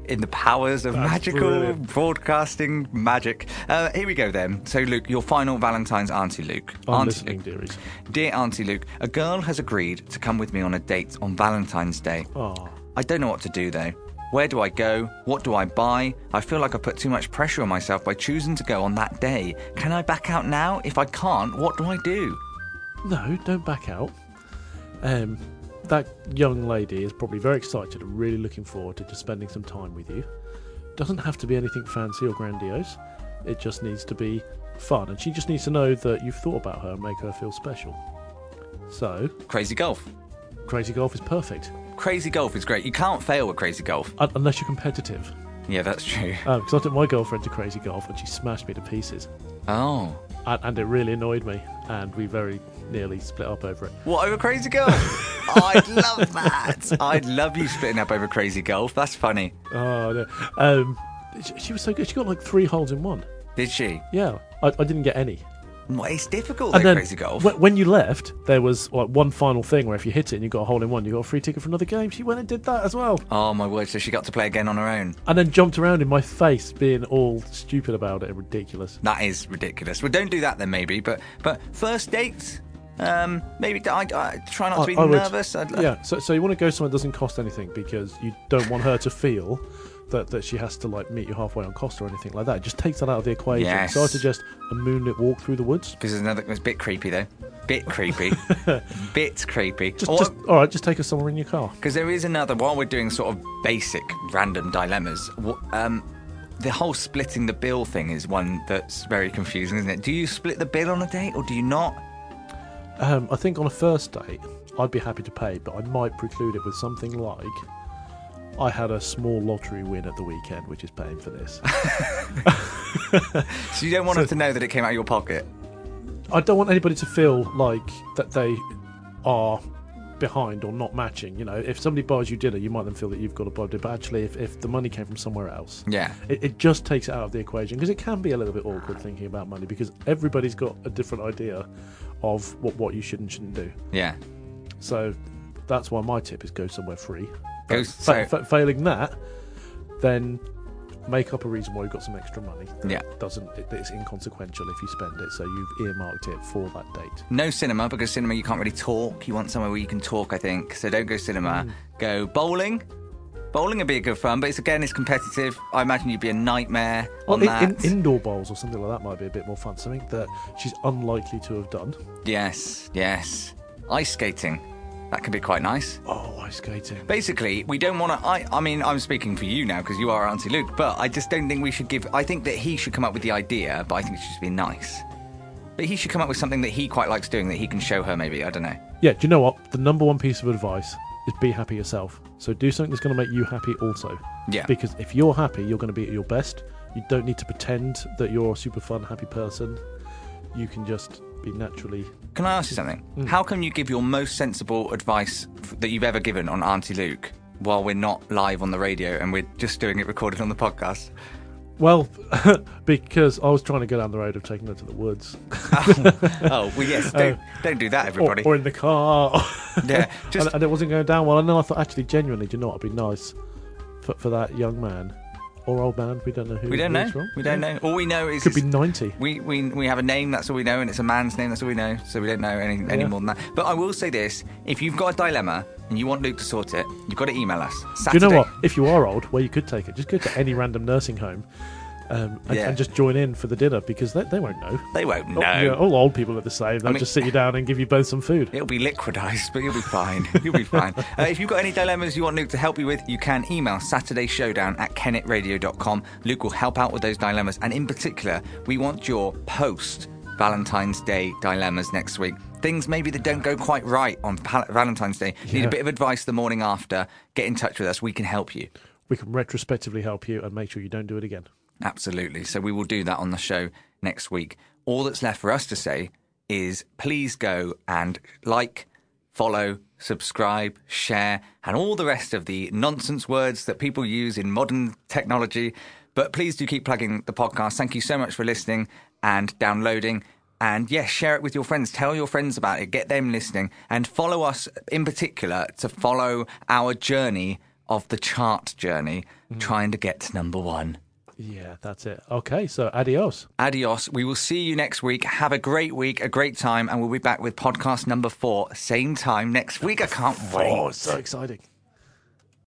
[SPEAKER 1] In the powers of magical
[SPEAKER 3] brilliant.
[SPEAKER 1] broadcasting magic. Uh, here we go then. So, Luke, your final Valentine's Auntie Luke.
[SPEAKER 3] I'm
[SPEAKER 1] Auntie
[SPEAKER 3] listening,
[SPEAKER 1] Luke.
[SPEAKER 3] dearies.
[SPEAKER 1] Dear Auntie Luke, a girl has agreed to come with me on a date on Valentine's Day.
[SPEAKER 3] Oh,
[SPEAKER 1] I don't know what to do though. Where do I go? What do I buy? I feel like I put too much pressure on myself by choosing to go on that day. Can I back out now? If I can't, what do I do?
[SPEAKER 3] no, don't back out. Um, that young lady is probably very excited and really looking forward to just spending some time with you. Doesn't have to be anything fancy or grandiose. It just needs to be fun, and she just needs to know that you've thought about her and make her feel special. So,
[SPEAKER 1] Crazy golf.
[SPEAKER 3] crazy golf is perfect,
[SPEAKER 1] Crazy golf is great. You can't fail with crazy golf.
[SPEAKER 3] un- unless you're competitive.
[SPEAKER 1] Yeah, that's true.
[SPEAKER 3] Because I took my girlfriend to crazy golf and she smashed me to pieces,
[SPEAKER 1] Oh.
[SPEAKER 3] and, and it really annoyed me, and we very nearly split up over it.
[SPEAKER 1] What over crazy golf? I'd love that. I'd love you splitting up over crazy golf. That's funny.
[SPEAKER 3] Oh no. Um, she, she was so good. She got like three holes in one.
[SPEAKER 1] Did she?
[SPEAKER 3] Yeah, I, I didn't get any.
[SPEAKER 1] Well, It's difficult
[SPEAKER 3] And
[SPEAKER 1] though,
[SPEAKER 3] then
[SPEAKER 1] crazy golf.
[SPEAKER 3] wh- when you left, there was like one final thing where if you hit it and you got a hole in one, you got a free ticket for another game. She went and did that as well,
[SPEAKER 1] Oh my word! So she got to play again on her own.
[SPEAKER 3] and then jumped around in my face, being all stupid about it and ridiculous.
[SPEAKER 1] That is ridiculous. Well, don't do that then, maybe. But but first dates, um, maybe I, I try not to be
[SPEAKER 3] I would-
[SPEAKER 1] nervous. I'd,
[SPEAKER 3] yeah, so so you want to go somewhere that doesn't cost anything because you don't want her to feel. That, that she has to like meet you halfway on cost or anything like that. It just takes that out of the equation.
[SPEAKER 1] Yes.
[SPEAKER 3] So I suggest a moonlit walk through the woods.
[SPEAKER 1] This is another. It's a bit creepy though. Bit creepy. bit creepy.
[SPEAKER 3] Just, just all right, just take us somewhere in your car.
[SPEAKER 1] because there is another. While we're doing sort of basic random dilemmas, wh- um, the whole splitting the bill thing is one that's very confusing, isn't it? Do you split the bill on a date or do you not?
[SPEAKER 3] Um, I think on a first date, I'd be happy to pay, but I might preclude it with something like, "I had a small lottery win at the weekend, which is paying for this."
[SPEAKER 1] So you don't want her to know that it came out of your pocket.
[SPEAKER 3] I don't want anybody to feel like that they are behind or not matching. You know, if somebody buys you dinner, you might then feel that you've got to buy dinner. But actually, if, if the money came from somewhere else,
[SPEAKER 1] Yeah.
[SPEAKER 3] it, it just takes it out of the equation because it can be a little bit awkward thinking about money because everybody's got a different idea of what what you should and shouldn't do.
[SPEAKER 1] Yeah.
[SPEAKER 3] So that's why my tip is go somewhere free.
[SPEAKER 1] Go
[SPEAKER 3] But
[SPEAKER 1] so-
[SPEAKER 3] fa- fa- failing that, then make up a reason why you've got some extra money. that
[SPEAKER 1] Yeah.
[SPEAKER 3] doesn't it, it's inconsequential if you spend it, so you've earmarked it for that date.
[SPEAKER 1] No cinema because cinema you can't really talk. You want somewhere where you can talk, I think. So don't go cinema.
[SPEAKER 3] Hmm.
[SPEAKER 1] Go bowling. Bowling would be a good fun, but it's again it's competitive. I imagine you'd be a nightmare on
[SPEAKER 3] Well, in- in-
[SPEAKER 1] that.
[SPEAKER 3] indoor bowls or something like that might be a bit more fun. Something that she's unlikely to have done.
[SPEAKER 1] yes, yes. Ice skating. That could be quite nice.
[SPEAKER 3] Oh, ice skating.
[SPEAKER 1] Basically, we don't want to. I, I mean, I'm speaking for you now because you are Auntie Luke, but I just don't think we should give. I think that he should come up with the idea, but I think it should just be nice. But he should come up with something that he quite likes doing that he can show her, maybe. I don't know.
[SPEAKER 3] Yeah, do you know what? The number one piece of advice is be happy yourself. So do something that's going to make you happy also.
[SPEAKER 1] Yeah.
[SPEAKER 3] Because if you're happy, you're going to be at your best. You don't need to pretend that you're a super fun, happy person. You can just be naturally.
[SPEAKER 1] Can I ask you something?
[SPEAKER 3] Mm.
[SPEAKER 1] How can you give your most sensible advice f- that you've ever given on Auntie Luke while we're not live on the radio and we're just doing it recorded on the podcast?
[SPEAKER 3] Well, because I was trying to go down the road of taking her to the woods
[SPEAKER 1] Oh, well, yes, don't, don't do that,
[SPEAKER 3] Uh, or,
[SPEAKER 1] everybody.
[SPEAKER 3] or in the car.
[SPEAKER 1] yeah, just
[SPEAKER 3] and, and it wasn't going down well. And then I thought, actually, genuinely, do you know what would be nice for, for that young man or old man? We don't know who
[SPEAKER 1] we don't
[SPEAKER 3] who
[SPEAKER 1] know.
[SPEAKER 3] it's from.
[SPEAKER 1] We don't know. All we know is
[SPEAKER 3] Could be
[SPEAKER 1] it's-
[SPEAKER 3] 90.
[SPEAKER 1] we, we, we have a name, that's all we know, and it's a man's name, that's all we know, so we don't know any, any
[SPEAKER 3] Yeah.
[SPEAKER 1] more than that. But I will say this if you've got a dilemma and you want Luke to sort it, you've got to email us.
[SPEAKER 3] Do you
[SPEAKER 1] Saturday.
[SPEAKER 3] know what? If you are old, where you could take it, just go to any random nursing home um, and,
[SPEAKER 1] Yeah.
[SPEAKER 3] and just join in for the dinner because they, they won't know.
[SPEAKER 1] They won't know.
[SPEAKER 3] Oh, yeah, all old people are the same. They'll
[SPEAKER 1] mean-
[SPEAKER 3] just sit you down and give you both some food.
[SPEAKER 1] It'll be liquidized, but you'll be fine. You'll be fine. Uh, if you've got any dilemmas you want Luke to help you with, you can email SaturdayShowdown at KennetRadio.com. Luke will help out with those dilemmas. And in particular, we want your post Valentine's Day dilemmas next week. Things maybe that don't go quite right on Pal- Valentine's Day. Need a
[SPEAKER 3] Yeah.
[SPEAKER 1] bit of advice the morning after. Get in touch with us. We can help you.
[SPEAKER 3] We can retrospectively help you and make sure you don't do it again.
[SPEAKER 1] Absolutely. So we will do that on the show next week. All that's left for us to say is please go and like, follow, subscribe, share, and all the rest of the nonsense words that people use in modern technology. But please do keep plugging the podcast. Thank you so much for listening. and downloading. And yes, share it with your friends. Tell your friends about it. Get them listening. And follow us in particular to follow our journey of the chart journey, trying to get to number one.
[SPEAKER 3] Yeah, that's it. Okay, so adios.
[SPEAKER 1] Adios. We will see you next week. Have a great week, a great time, and we'll be back with podcast number four, same time next week. I can't wait.
[SPEAKER 3] so exciting.